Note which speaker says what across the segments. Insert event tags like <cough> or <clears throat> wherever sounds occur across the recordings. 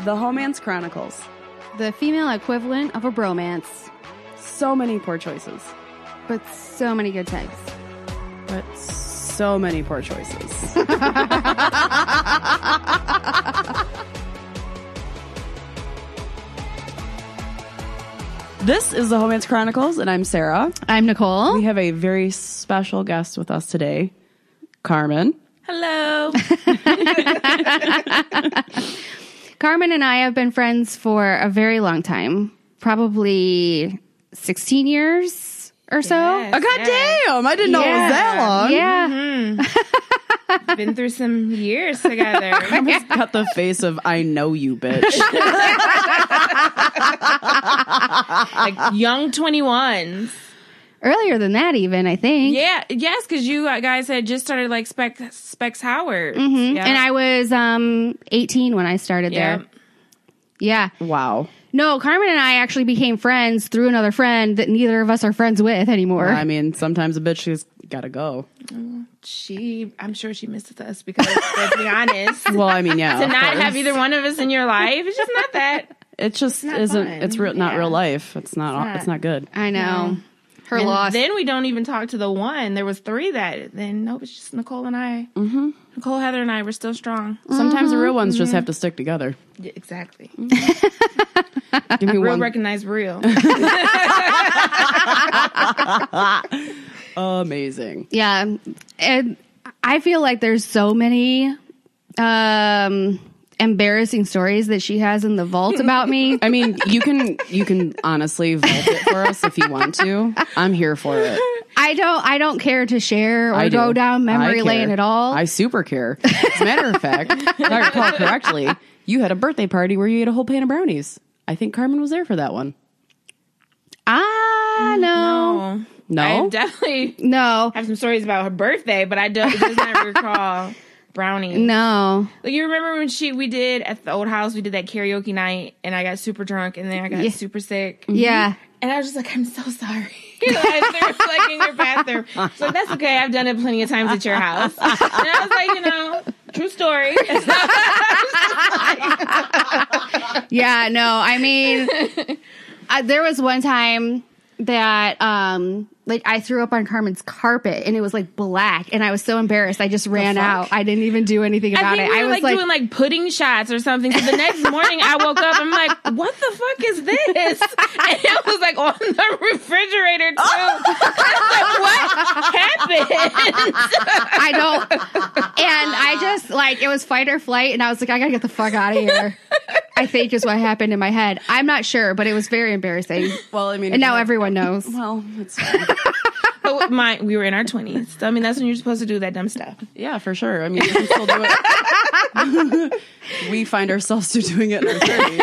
Speaker 1: The Homance Chronicles.
Speaker 2: The female equivalent of a bromance,
Speaker 1: So many poor choices,
Speaker 2: but so many good types.
Speaker 1: but so many poor choices. <laughs> this is The Homance Chronicles, and I'm Sarah.
Speaker 2: I'm Nicole.
Speaker 1: We have a very special guest with us today, Carmen.
Speaker 3: Hello.
Speaker 2: Carmen and I have been friends for a very long time, probably 16 years or so.
Speaker 1: Oh, God damn! I didn't know it was that long. <laughs>
Speaker 2: Yeah.
Speaker 3: Been through some years together.
Speaker 1: <laughs> Almost got the face of I know you, bitch.
Speaker 3: like young 21s.
Speaker 2: Earlier than that, even, I think.
Speaker 3: Yeah, yes, because you guys had just started like Spec Specs Howard. Yeah.
Speaker 2: Mm-hmm. And I was um, 18 when I started
Speaker 3: yeah.
Speaker 2: there. Yeah.
Speaker 1: <laughs> wow.
Speaker 2: No, Carmen and I actually became friends through another friend that neither of us are friends with anymore.
Speaker 1: I mean, sometimes a bitch has got to go.
Speaker 3: She, I'm sure she misses us because, let's be honest,
Speaker 1: Well, I mean, yeah.
Speaker 3: to
Speaker 1: of
Speaker 3: not
Speaker 1: course.
Speaker 3: have either one of us in your life, it's just not that.
Speaker 1: it just isn't.
Speaker 2: fun.
Speaker 1: It's real, not
Speaker 2: Yeah.
Speaker 1: real
Speaker 2: Mm-hmm.
Speaker 1: life. It's not. It's not, good.
Speaker 2: I know. Her
Speaker 3: And
Speaker 2: loss.
Speaker 3: Then we don't even talk to the one. There was three that then no, it's just Nicole and I. Mm-hmm. Nicole, Heather, and I were still strong.
Speaker 1: Sometimes the real ones just have to
Speaker 2: Mm-hmm.
Speaker 1: stick together.
Speaker 3: Yeah, exactly.
Speaker 1: Give
Speaker 2: <laughs>
Speaker 1: me
Speaker 3: Real
Speaker 1: one.
Speaker 3: recognize real.
Speaker 1: Amazing.
Speaker 2: Yeah. And I feel like there's so many um embarrassing stories that she has in the vault about me.
Speaker 1: I mean, you can you can honestly vote it for us if you want to. I'm here for it.
Speaker 2: I don't I don't care to share or
Speaker 1: I
Speaker 2: go
Speaker 1: do.
Speaker 2: down memory
Speaker 1: I
Speaker 2: lane
Speaker 1: care.
Speaker 2: at all.
Speaker 1: I super care. As a matter of fact, if I recall correctly, you had a birthday party where you ate a whole pan of brownies. I think Carmen was there for that one.
Speaker 2: ah no.
Speaker 3: Oh.
Speaker 1: No?
Speaker 3: I definitely
Speaker 2: No.
Speaker 3: have some stories about her birthday, but I don't it does
Speaker 2: <laughs>
Speaker 3: not recall brownie.
Speaker 2: No.
Speaker 3: Like you remember when she we did at the old house, we did that karaoke night and I got super drunk and then I got
Speaker 2: Yeah.
Speaker 3: super sick.
Speaker 2: Yeah.
Speaker 3: And I was just like, I'm so sorry. <laughs> I threw like in your bathroom. So that's okay. I've done it plenty of times at your house. <laughs> And I was like, you know, true story. <laughs>
Speaker 2: Yeah, no. I mean I, there was one time that um like I threw up on Carmen's carpet and it was like black and I was so embarrassed I just ran out. I didn't even do anything about
Speaker 3: I think
Speaker 2: it.
Speaker 3: we
Speaker 2: I
Speaker 3: were
Speaker 2: was
Speaker 3: like, doing like pudding shots or something. So the next morning I woke up, I'm like, what the fuck is this? <laughs> And it was like on the refrigerator too. I was like, what happened? <laughs>
Speaker 2: I don't. And I just like it was fight or flight, and I was like, I gotta get the fuck out of here. I think is what happened in my head. I'm not sure, but it was very embarrassing.
Speaker 1: Well, I mean,
Speaker 2: And now everyone knows.
Speaker 1: Well, it's
Speaker 3: But my, we were in our 20s. So, I mean, that's when you're supposed to do that dumb stuff.
Speaker 1: yeah, for sure. I mean, we can still do it. we find ourselves still doing it in our thirties.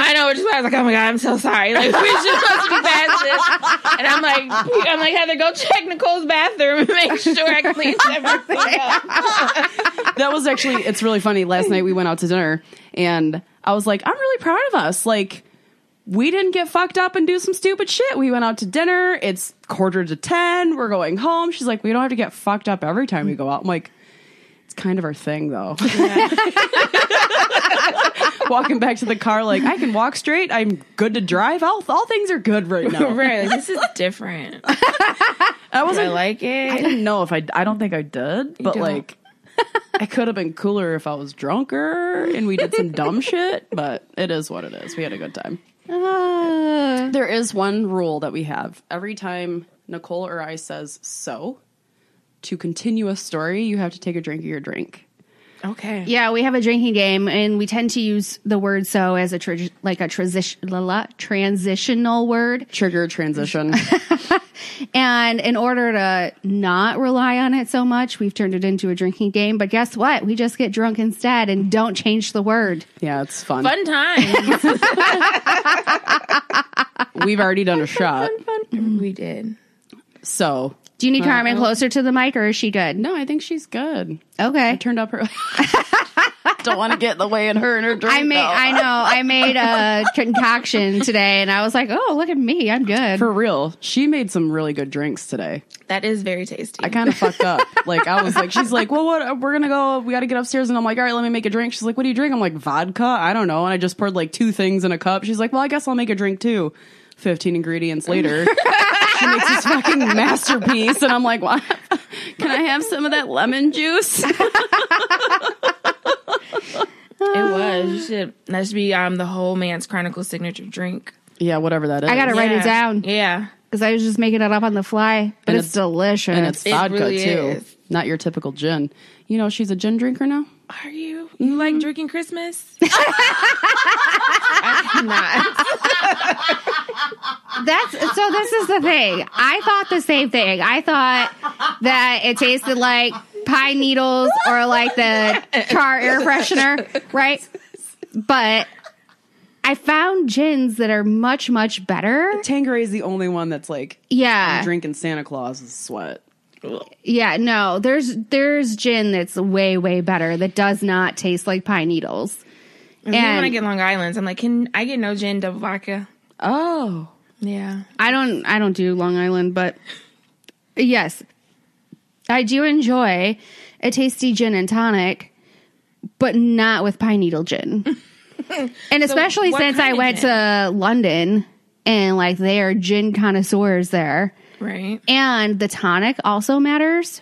Speaker 3: I know, which is why I was like, oh my God, I'm so sorry. Like, <laughs> we're just supposed to be past this. And I'm like, I'm like, Heather, go check Nicole's bathroom and make sure I <laughs> clean everything up.
Speaker 1: That was actually. It's really funny. Last night we went out to dinner, and I was like, I'm really proud of us. Like. We didn't get fucked up and do some stupid shit. We went out to dinner. It's quarter to 10. We're going home. She's like, we don't have to get fucked up every time we go out. I'm like, it's kind of our thing though. <laughs> Walking back to the car, like, I can walk straight. I'm good to drive. All, all things are good right
Speaker 3: <laughs>
Speaker 1: now.
Speaker 3: Right. This is different.
Speaker 1: I wasn't
Speaker 3: <laughs> I
Speaker 2: <laughs>
Speaker 3: like
Speaker 1: I
Speaker 3: it.
Speaker 1: didn't know if I. I don't think I did, but
Speaker 3: don't.
Speaker 1: like, I could have been cooler if I was drunker and we did some
Speaker 2: <laughs>
Speaker 1: dumb shit. But it is what it is. We had a good time.
Speaker 2: Uh,
Speaker 1: There is one rule that we have every time Nicole or I says so to continue a story, you have to take a drink of your drink.
Speaker 3: Okay.
Speaker 2: yeah, we have a drinking game, and we tend to use the word "so" as a tra- like a transition la- la- transitional word.
Speaker 1: Trigger
Speaker 2: <laughs>
Speaker 1: transition.
Speaker 2: And in order to not rely on it so much, we've turned it into a drinking game. But guess what? We just get drunk instead and don't change the word.
Speaker 1: yeah, it's fun.
Speaker 3: Fun <laughs> time.
Speaker 1: We've already
Speaker 2: <laughs>
Speaker 1: done a shot,
Speaker 3: we did.
Speaker 1: so
Speaker 2: Do you need Carmen closer to the mic, or is she good?
Speaker 1: no, I think she's good.
Speaker 2: <laughs> Okay.
Speaker 1: I turned up her. Don't want to get in the way in her and her drink.
Speaker 2: I made,
Speaker 1: though.
Speaker 2: I know, I made
Speaker 1: <laughs>
Speaker 2: a concoction today, and I was like, "Oh, look at me, I'm good."
Speaker 1: For real, she made some really good drinks today.
Speaker 3: That is very tasty.
Speaker 1: I kind of fucked up. Like I was like, she's like, well, what? We're gonna go. We got to get upstairs, and I'm like, all right, let me make a drink. She's like, what do you drink? I'm like, vodka. I don't know. And I just poured like two things in a cup. She's like, well, I guess I'll make a drink too. Fifteen ingredients later, she makes this fucking masterpiece, and I'm like, what? <laughs> Can I have some of that lemon juice? <laughs>
Speaker 3: it was. You should. That should be um the whole man's chronicle signature drink.
Speaker 1: yeah, whatever that is.
Speaker 2: I gotta write
Speaker 3: Yeah.
Speaker 2: it down
Speaker 3: Yeah.
Speaker 2: because I was just making it up on the fly, but
Speaker 1: And
Speaker 2: it's,
Speaker 1: it's-
Speaker 2: delicious.
Speaker 1: and it's <laughs>
Speaker 3: It
Speaker 1: vodka
Speaker 3: really
Speaker 1: too,
Speaker 3: is.
Speaker 1: not your typical gin. You know, she's a gin drinker now.
Speaker 3: Are you? You like drinking Christmas? I'm not.
Speaker 2: That's so. This is the thing. I thought the same thing. I thought that it tasted like pine needles or like the car air freshener, right? But I found gins that are much much better.
Speaker 1: Tangeray is the only one that's like
Speaker 2: Yeah,
Speaker 1: drinking Santa Claus's sweat.
Speaker 2: yeah. No, there's there's gin that's way way better that does not taste like pine needles.
Speaker 3: And when I
Speaker 2: And
Speaker 3: get Long Island's, I'm like, can I get no gin, double vodka?
Speaker 1: Oh,
Speaker 3: Yeah.
Speaker 2: I don't I don't do Long Island, but yes, I do enjoy a tasty gin and tonic, but not with pine needle
Speaker 3: <laughs>
Speaker 2: gin. and especially
Speaker 3: what
Speaker 2: since
Speaker 3: kind
Speaker 2: I
Speaker 3: of
Speaker 2: went
Speaker 3: gin?
Speaker 2: to London and like they are gin connoisseurs there,
Speaker 3: Right.
Speaker 2: and the tonic also matters.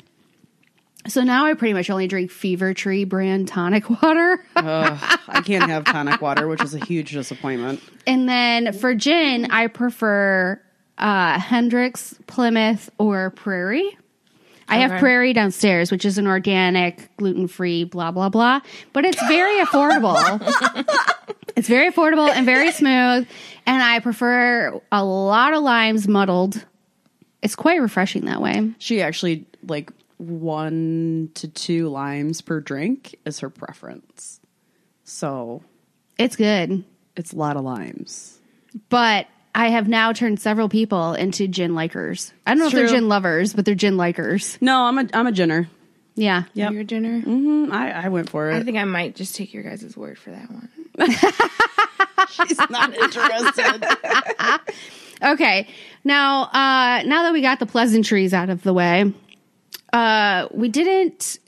Speaker 2: So now I pretty much only drink Fever Tree brand tonic <laughs> water.
Speaker 1: I can't have tonic water, which is a huge disappointment.
Speaker 2: And then for gin, I prefer uh, Hendrix, Plymouth, or Prairie. I have
Speaker 3: Okay.
Speaker 2: Prairie downstairs, which is an organic, gluten free, blah, blah, blah. But it's very affordable. it's very affordable and very smooth. And I prefer a lot of limes muddled. It's quite refreshing that way.
Speaker 1: She actually like one to two limes per drink is her preference. So
Speaker 2: It's good.
Speaker 1: it's a lot of limes.
Speaker 2: But I have now turned several people into gin likers. I don't know if
Speaker 1: True.
Speaker 2: they're gin lovers, but they're gin likers.
Speaker 1: No, I'm a I'm a ginner.
Speaker 2: Yeah.
Speaker 1: Yep.
Speaker 3: Your dinner. Mm-hmm.
Speaker 1: Mm, I, I went for
Speaker 2: <laughs>
Speaker 3: I
Speaker 1: it.
Speaker 3: think I might just take your guys' word for that one.
Speaker 1: She's not interested.
Speaker 2: Okay. Now, uh, now that we got the pleasantries out of the way, uh, we didn't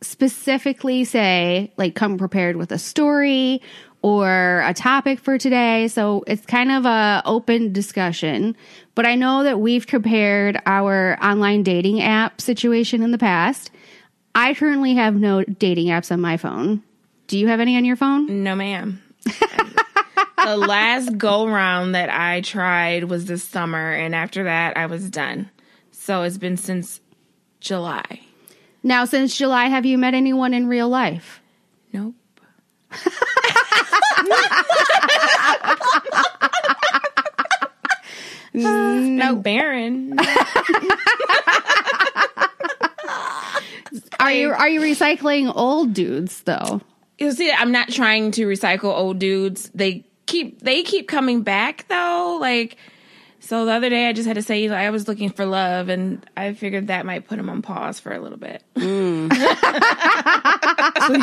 Speaker 2: specifically say like come prepared with a story or a topic for today. So it's kind of a open discussion. But I know that we've compared our online dating app situation in the past. I currently have no dating apps on my phone. Do you have any on your phone?
Speaker 3: No, <laughs> ma'am. the last go round that I tried was this summer, and after that, I was done. So it's been since July.
Speaker 2: Now, since July, have you met anyone in real life?
Speaker 3: Nope. no barren.
Speaker 2: Are you are you recycling old dudes though?
Speaker 3: You see, I'm not trying to recycle old dudes. They keep they keep coming back though. Like so, the other day I just had to say like, I was looking for love, and I figured that might put him on pause for a little bit.
Speaker 1: so you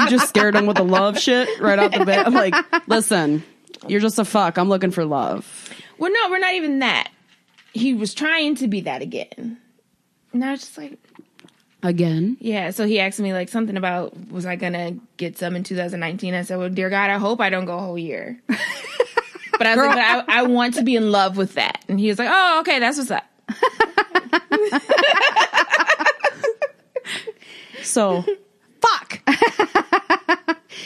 Speaker 1: just scared him with the love shit right off the bat. I'm like, listen, you're just a fuck. I'm looking for love.
Speaker 3: Well, no, we're not even that. He was trying to be that again. And I was just like,
Speaker 1: Again?
Speaker 3: yeah. So he asked me like something about was I gonna get some in 2019? I said, well, dear God, I hope I don't go a whole
Speaker 1: <laughs>
Speaker 3: year. but I was like, but I, I want to be in love with that. And he was like, oh, okay, that's what's up.
Speaker 1: So fuck.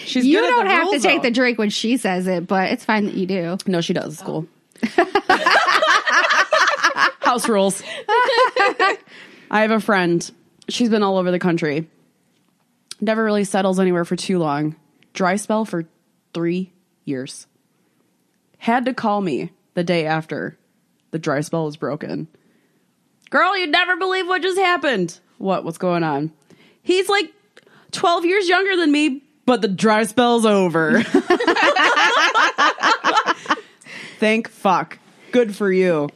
Speaker 1: She's
Speaker 2: You
Speaker 1: good at
Speaker 2: don't
Speaker 1: the
Speaker 2: have
Speaker 1: rules,
Speaker 2: to take
Speaker 1: though.
Speaker 2: the drink when she says it, but it's fine that you do.
Speaker 1: No, she does. It's cool. <laughs> House rules. <laughs> I have a friend. She's been all over the country. Never really settles anywhere for too long. Dry spell for three years. Had to call me the day after the dry spell was broken. Girl, you'd never believe what just happened. What? What's going on? He's like 12 years younger than me, but the dry spell's over. <laughs> Thank fuck. Good for you.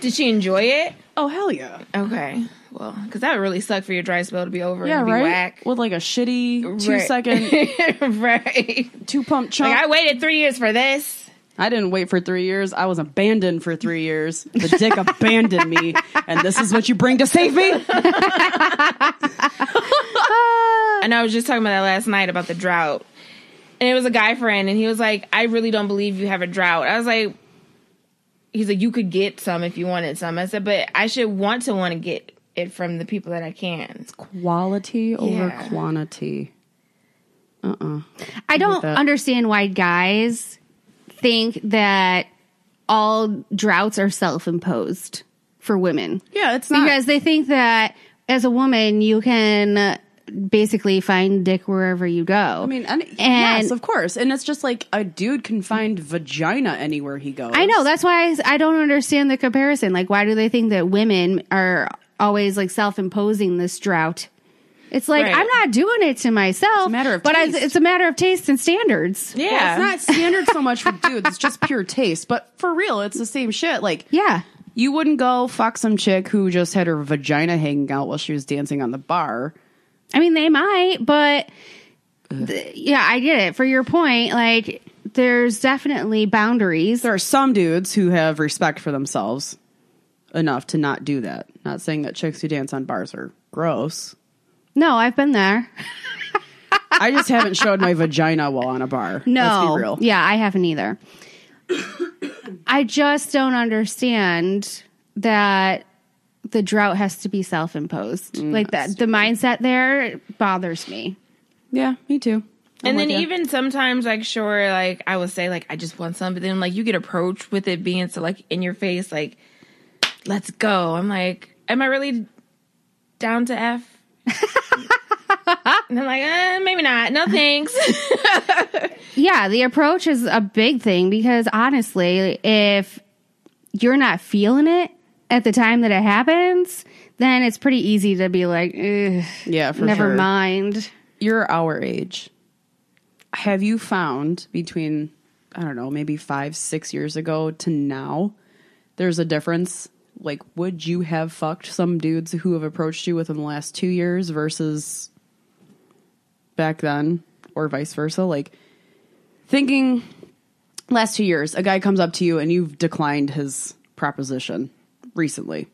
Speaker 3: Did she enjoy it?
Speaker 1: Oh hell yeah.
Speaker 3: Okay. Well, because that would really suck for your dry spell to be over
Speaker 1: Yeah,
Speaker 3: and be
Speaker 1: right.
Speaker 3: whack. <laughs>
Speaker 1: With like a shitty two
Speaker 3: Right.
Speaker 1: second
Speaker 3: <laughs> right.
Speaker 1: two pump chunk.
Speaker 3: Like I waited three years for this.
Speaker 1: I didn't wait for three years. I was abandoned for three years. The
Speaker 3: <laughs>
Speaker 1: dick abandoned me, and this is what you bring to save me.
Speaker 3: And I was just talking about that last night about the drought. And it was a guy friend, and he was like, I really don't believe you have a drought. I was like, He's like, You could get some if you wanted some. I said, But I should want to want to get it from the people that I can.
Speaker 1: Quality over
Speaker 3: Yeah.
Speaker 1: quantity.
Speaker 2: I don't
Speaker 1: that.
Speaker 2: understand why guys think that all droughts are self imposed for women.
Speaker 1: Yeah, it's not
Speaker 2: Because they think that as a woman, you can uh, basically find dick wherever you go.
Speaker 1: I mean, and,
Speaker 2: And-
Speaker 1: yes, of course. And it's just like a dude can find vagina anywhere he goes.
Speaker 2: I know. That's why I, I don't understand the comparison. Like, why do they think that women are always like self imposing this drought? It's like
Speaker 3: Right.
Speaker 2: I'm not doing it to myself.
Speaker 1: matter of
Speaker 2: but I,
Speaker 1: taste.
Speaker 2: it's a matter of taste and standards.
Speaker 3: Yeah.
Speaker 1: Well, it's not standard so much for dudes. It's just pure taste. But for real, it's the same shit. Like,
Speaker 2: Yeah.
Speaker 1: you wouldn't go fuck some chick who just had her vagina hanging out while she was dancing on the bar.
Speaker 2: I mean, they might, but th- yeah, I get it. For your point, like there's definitely boundaries.
Speaker 1: There are some dudes who have respect for themselves enough to not do that. Not saying that chicks who dance on bars are gross.
Speaker 2: No, I've been there.
Speaker 1: I just haven't showed <laughs> my vagina while on a bar.
Speaker 2: No,
Speaker 1: Let's be real.
Speaker 2: yeah, I haven't either. <coughs> I just don't understand that the drought has to be self-imposed.
Speaker 1: Mm,
Speaker 2: like that, the mindset there bothers me.
Speaker 1: Yeah, me too.
Speaker 3: and
Speaker 1: I'm
Speaker 3: then
Speaker 1: with ya.
Speaker 3: even sometimes, like, sure, like I would say, like, I just want some, but then like you get approached with it being so like in your face, like, let's go. I'm like, am I really down to F? and I'm like, uh, maybe not. No thanks. <laughs>
Speaker 2: Yeah, the approach is a big thing because honestly, if you're not feeling it at the time that it happens, then it's pretty easy to be like, Ugh,
Speaker 1: yeah, for
Speaker 2: never
Speaker 1: sure.
Speaker 2: mind.
Speaker 1: you're our age. Have you found between, I don't know, maybe five, six years ago to now, there's a difference? Like, would you have fucked some dudes who have approached you within the last two years versus back then or vice versa? Like, thinking last two years, a guy comes up to you and you've declined his proposition recently.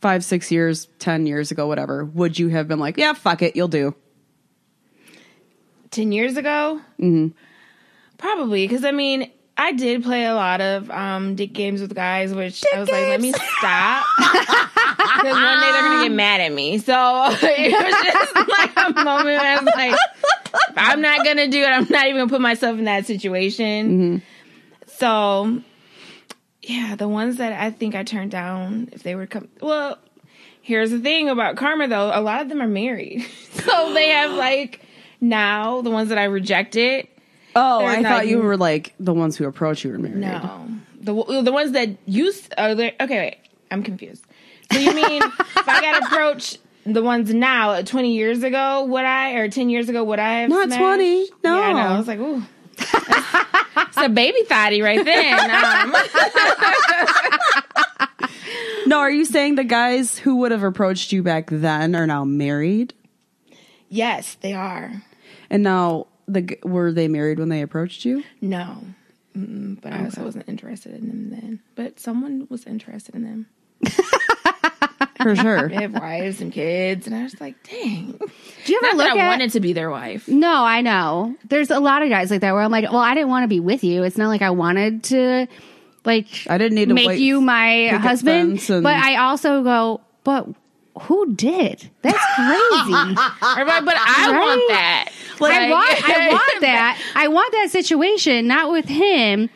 Speaker 1: Five, six years, ten years ago, whatever, would you have been like, yeah, fuck it, you'll do?
Speaker 3: Ten years ago, probably because I mean, I did play a lot of um, dick games with guys, which I was like, let me stop. Because one day they're gonna get mad at me. So <laughs> it was just like a moment where I was like, I'm not gonna do it. I'm not even gonna put myself in that situation. So yeah, the ones that I think I turned down if they were come well, here's the thing about karma though, a lot of them are married. <laughs> So
Speaker 1: <gasps>
Speaker 3: they have like now the ones that I rejected.
Speaker 1: Oh,
Speaker 3: They're
Speaker 1: I
Speaker 3: not
Speaker 1: thought you
Speaker 3: you.
Speaker 1: were like the ones who approach you were married.
Speaker 3: No. The well, the ones that you s- are there, okay, wait. I'm confused. So
Speaker 1: <laughs>
Speaker 3: you mean if I got approached the ones now, uh, 20 years ago, would I or 10 years ago would I have
Speaker 1: Not
Speaker 3: smashed?
Speaker 1: 20,
Speaker 3: Yeah, I know.
Speaker 1: no.
Speaker 3: I was
Speaker 1: <laughs>
Speaker 3: like, ooh. It's a baby fatty
Speaker 1: <laughs>
Speaker 3: right then. Um,
Speaker 1: No, are you saying the guys who would have approached you back then are now married?
Speaker 3: yes, they are.
Speaker 1: And now the g- were they married when they approached you?
Speaker 3: No. Mm, but I also wasn't interested in them then. But someone was interested in them.
Speaker 1: <laughs> For sure.
Speaker 3: They have wives and kids, and I was like, dang.
Speaker 2: Do you ever
Speaker 3: Not
Speaker 2: look
Speaker 3: that I
Speaker 2: at?
Speaker 3: wanted to be their wife.
Speaker 2: no, I know. There's a lot of guys like that where I'm like, well, I didn't want to be with you. It's not like I wanted to, like,
Speaker 1: I didn't need to
Speaker 2: make
Speaker 1: wait-
Speaker 2: you my
Speaker 1: picket
Speaker 2: husband.
Speaker 1: fence and-
Speaker 2: But I also go, but who did? That's
Speaker 1: <laughs>
Speaker 2: crazy.
Speaker 3: Everybody, but I
Speaker 2: Right?
Speaker 3: want that.
Speaker 2: I want, I want that. I want that situation, not with him.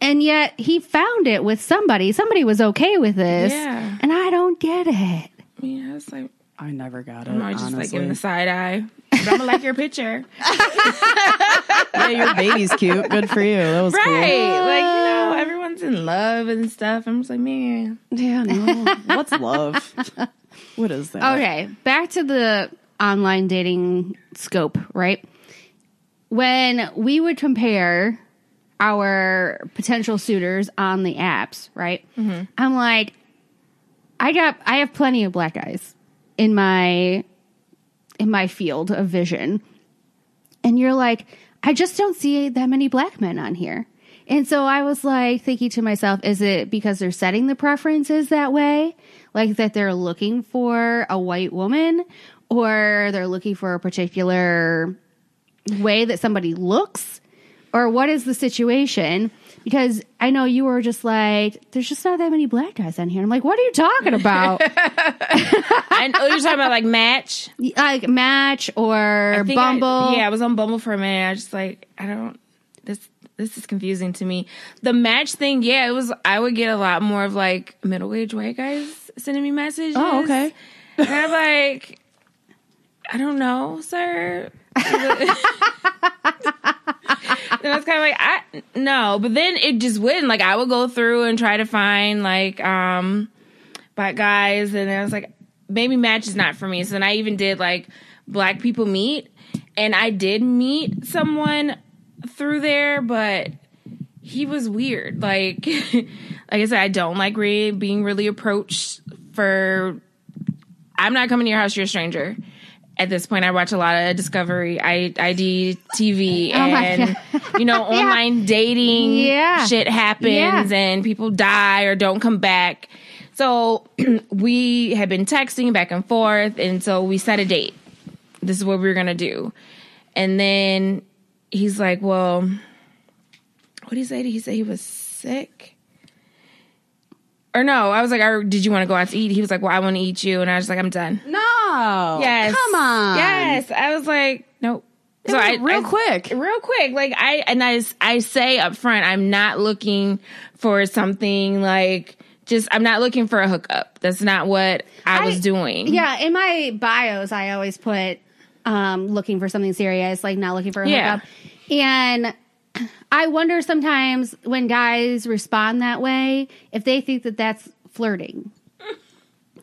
Speaker 2: And yet he found it with somebody. Somebody was okay with this.
Speaker 3: Yeah.
Speaker 2: And I don't get it.
Speaker 3: Yeah, I was like,
Speaker 1: I never got it.
Speaker 3: I'm always just like
Speaker 1: honestly. <laughs>
Speaker 3: giving the side eye. But I'm gonna like your <laughs> picture,
Speaker 1: yeah, your baby's cute. Good for you. That was
Speaker 3: right?
Speaker 1: cool.
Speaker 3: Like you know, everyone's in love and stuff. I'm just like, <laughs> man,
Speaker 1: Yeah, <laughs> no. What's love? What is that?
Speaker 2: Okay. Back to the online dating scope, right? When we would compare our potential suitors on the apps, right? I'm like, I got I have plenty of black eyes in my in my field of vision. And you're like, I just don't see that many black men on here. And so I was like thinking to myself, is it because they're setting the preferences that way? Like that they're looking for a white woman or they're looking for a particular way that somebody looks or what is the situation? Because I know you were just like, there's just not that many black guys on here. I'm like, what are you talking
Speaker 3: <laughs>
Speaker 2: about?
Speaker 3: I know you're talking about like match,
Speaker 2: like Match or
Speaker 3: I think I-
Speaker 2: Bumble.
Speaker 3: yeah, I was on Bumble for a minute. I just like I don't this this is confusing to me. The match thing, yeah, it was. I would get a lot more of like middle aged white guys sending me messages.
Speaker 1: Oh, okay.
Speaker 3: And I'm like, I don't know, sir. and I was kind of like, I no, but then it just wouldn't. Like I would go through and try to find like um black guys, and I was like, maybe match is not for me. So then I even did like black people meet, and I did meet someone through there, but he was weird. Like <laughs> like I said, I don't like re- being really approached for I'm not coming to your house. You're a stranger. At this point, I watch a lot of Discovery, I, ID, TV,
Speaker 2: Oh my
Speaker 3: and you
Speaker 2: <laughs>
Speaker 3: know, online dating.
Speaker 2: Yeah.
Speaker 3: shit happens,
Speaker 2: Yeah.
Speaker 3: and people die or don't come back. So <clears throat> we had been texting back and forth, and so we set a date. This is what we were gonna do, and then he's like, "Well, what did he say? He said he was sick." Or no, I was like, "Are- "Did you want to go out to eat?" He was like, "Well, I want to eat you," and I was like, "I'm done."
Speaker 1: No.
Speaker 3: Yes.
Speaker 1: Oh, Come on.
Speaker 3: Yes. I was like, nope.
Speaker 1: So I, real quick.
Speaker 3: Real quick. Like I and I s- I say up front, I'm not looking for something like just I'm not looking for a hookup. That's not what I, was doing.
Speaker 2: Yeah, in my bios, I always put um, looking for something serious, like not looking for a
Speaker 3: Yeah.
Speaker 2: hookup. And I wonder sometimes when guys respond that way, if they think that that's
Speaker 3: <laughs>
Speaker 2: flirting.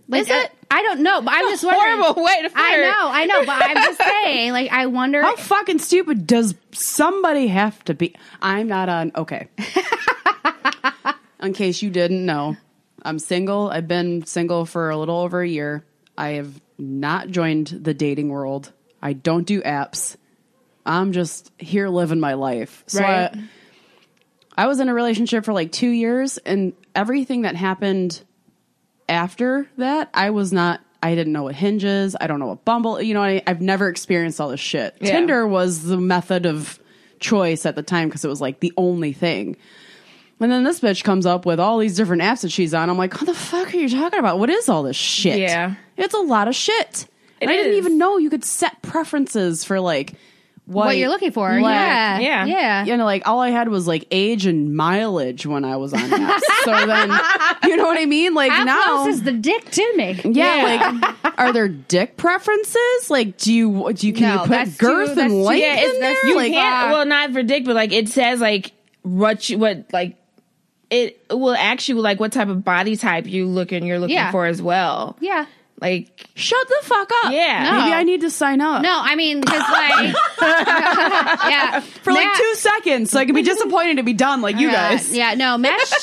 Speaker 2: Like, uh,
Speaker 1: Is it?
Speaker 2: I, I don't know, but I'm just wondering.
Speaker 3: Horrible way to flirt.
Speaker 2: I know, I know, but I'm
Speaker 3: <laughs>
Speaker 2: just saying. Like, I wonder.
Speaker 1: How fucking stupid does somebody have to be? I'm not on. Okay. <laughs> In case you didn't know, I'm single. I've been single for a little over a year. I have not joined the dating world. I don't do apps. I'm just here living my life. So
Speaker 3: Right.
Speaker 1: I- I was in a relationship for like two years, and everything that happened after that, I was not. I didn't know what hinges. I don't know what Bumble. You know, I, I've never experienced all this shit.
Speaker 3: Yeah.
Speaker 1: Tinder was the method of choice at the time because it was like the only thing. And then this bitch comes up with all these different apps that she's on. I'm like, what the fuck are you talking about? What is all this shit?
Speaker 3: Yeah.
Speaker 1: it's a lot of shit.
Speaker 3: It
Speaker 1: and I didn't
Speaker 3: is.
Speaker 1: even know you could set preferences for like what,
Speaker 2: what you're looking for.
Speaker 1: Black.
Speaker 2: yeah.
Speaker 3: Yeah.
Speaker 2: Yeah.
Speaker 1: you know, like all I had was like age and mileage when I was on apps. so
Speaker 2: <laughs>
Speaker 1: then, you know what I mean? Like
Speaker 2: How
Speaker 1: now,
Speaker 2: close is the dick to me?
Speaker 1: <laughs> yeah, Like, are there dick preferences? Like, do you do you can
Speaker 2: No,
Speaker 1: you
Speaker 2: that's
Speaker 1: put girth
Speaker 2: too- that's
Speaker 1: and
Speaker 2: too-
Speaker 1: length
Speaker 3: Yeah,
Speaker 1: in
Speaker 3: it's that's
Speaker 1: there?
Speaker 3: you
Speaker 1: like,
Speaker 3: can't.
Speaker 2: uh,
Speaker 3: Well, not for dick, but like it says, like what you, what like it will actually like what type of body type you looking you're looking
Speaker 2: Yeah.
Speaker 3: for as well.
Speaker 2: Yeah.
Speaker 3: Like
Speaker 1: shut the fuck up.
Speaker 3: Yeah.
Speaker 1: maybe
Speaker 2: No.
Speaker 1: I need to sign up
Speaker 2: No, I mean, because
Speaker 1: <laughs>
Speaker 2: like, <laughs> yeah,
Speaker 1: for like
Speaker 2: Matt-
Speaker 1: two seconds, so I can be disappointed to be done like you
Speaker 2: Yeah, <laughs>
Speaker 1: guys.
Speaker 2: Yeah,
Speaker 1: <laughs>
Speaker 2: no, Match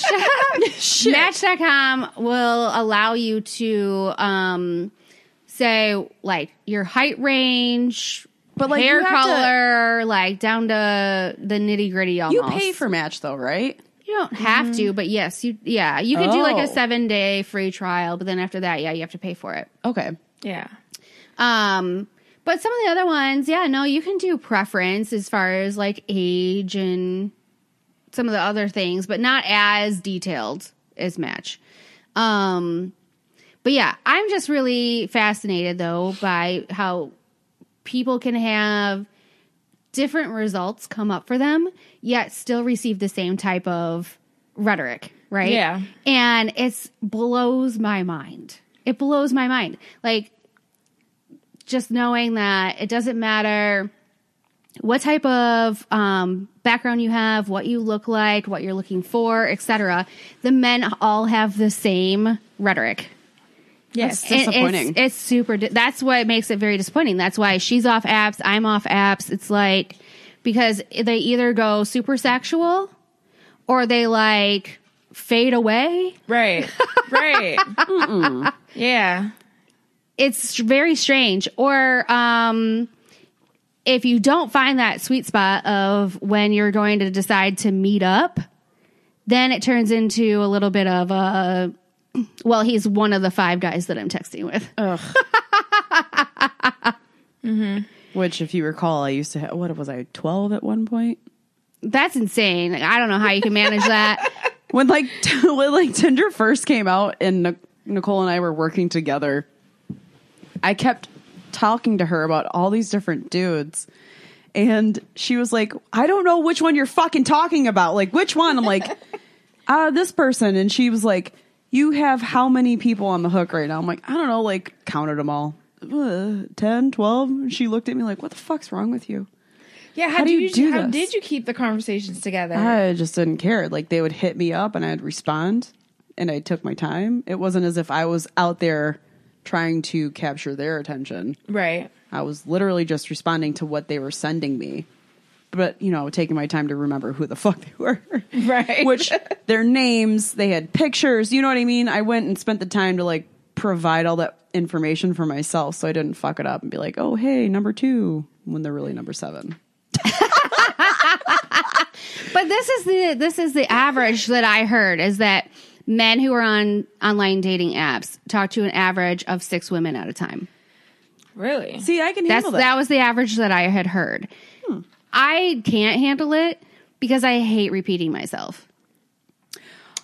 Speaker 1: Shit.
Speaker 2: Match.com will allow you to um say like your height range,
Speaker 1: But, like,
Speaker 2: hair
Speaker 1: you have to-
Speaker 2: color, like down to the nitty gritty
Speaker 1: you
Speaker 2: almost.
Speaker 1: pay for match though, right?
Speaker 2: You don't have to, but yes, you yeah, you could do like a
Speaker 1: Oh.
Speaker 2: 7-day free trial, but then after that, yeah, you have to pay for it.
Speaker 1: Okay.
Speaker 3: yeah.
Speaker 2: Um, but some of the other ones, yeah, no, you can do preference as far as like age and some of the other things, but not as detailed as match. Um, but yeah, I'm just really fascinated though by how people can have different results come up for them, yet still receive the same type of rhetoric, right?
Speaker 3: Yeah.
Speaker 2: And it's blows my mind. It blows my mind. Like just knowing that it doesn't matter what type of um, background you have, what you look like, what you're looking for, etc. The men all have the same rhetoric.
Speaker 3: Yes.
Speaker 1: That's disappointing.
Speaker 2: It's, it's super. Di- that's what makes it very disappointing. That's why she's off apps. I'm off apps. It's like because they either go super sexual or they like fade away.
Speaker 3: Right. Right. yeah.
Speaker 2: It's very strange. Or um, if you don't find that sweet spot of when you're going to decide to meet up, then it turns into a little bit of a well, he's one of the five guys that I'm texting with.
Speaker 1: Which, if you recall, I used to have, what was I, 12 at one point?
Speaker 2: That's insane. Like, I don't know how you can manage that.
Speaker 1: When like, <laughs> when like Tinder first came out and Nic- Nicole and I were working together, I kept talking to her about all these different dudes. And she was like, I don't know which one you're fucking talking about. Like, which one? I'm like, uh, this person. And she was like, You have how many people on the hook right now? I'm like, I don't know. Like, counted them all uh, 10, 12. And she looked at me like, What the fuck's wrong with you?
Speaker 3: Yeah. How,
Speaker 1: How do
Speaker 3: do
Speaker 1: you
Speaker 3: you?
Speaker 1: do
Speaker 3: how
Speaker 1: this?
Speaker 3: did you keep the conversations together?
Speaker 1: I just didn't care. Like they would hit me up and I'd respond and I took my time. It wasn't as if I was out there trying to capture their attention.
Speaker 3: right.
Speaker 1: I was literally just responding to what they were sending me. But, you know, taking my time to remember who the <laughs> fuck they were.
Speaker 3: Right.
Speaker 1: Which their names, they had pictures, you know what I mean? I went and spent the time to like provide all that information for myself so I didn't fuck it up and be like, "Oh, hey, number 2," when they're really number 7.
Speaker 2: But this is the this is the average that I heard is that men who are on online dating apps talk to an average of six women at a time.
Speaker 3: Really.
Speaker 1: See, I can
Speaker 2: That's
Speaker 1: handle
Speaker 2: that. was the average that I had heard. I can't handle it because I hate repeating myself.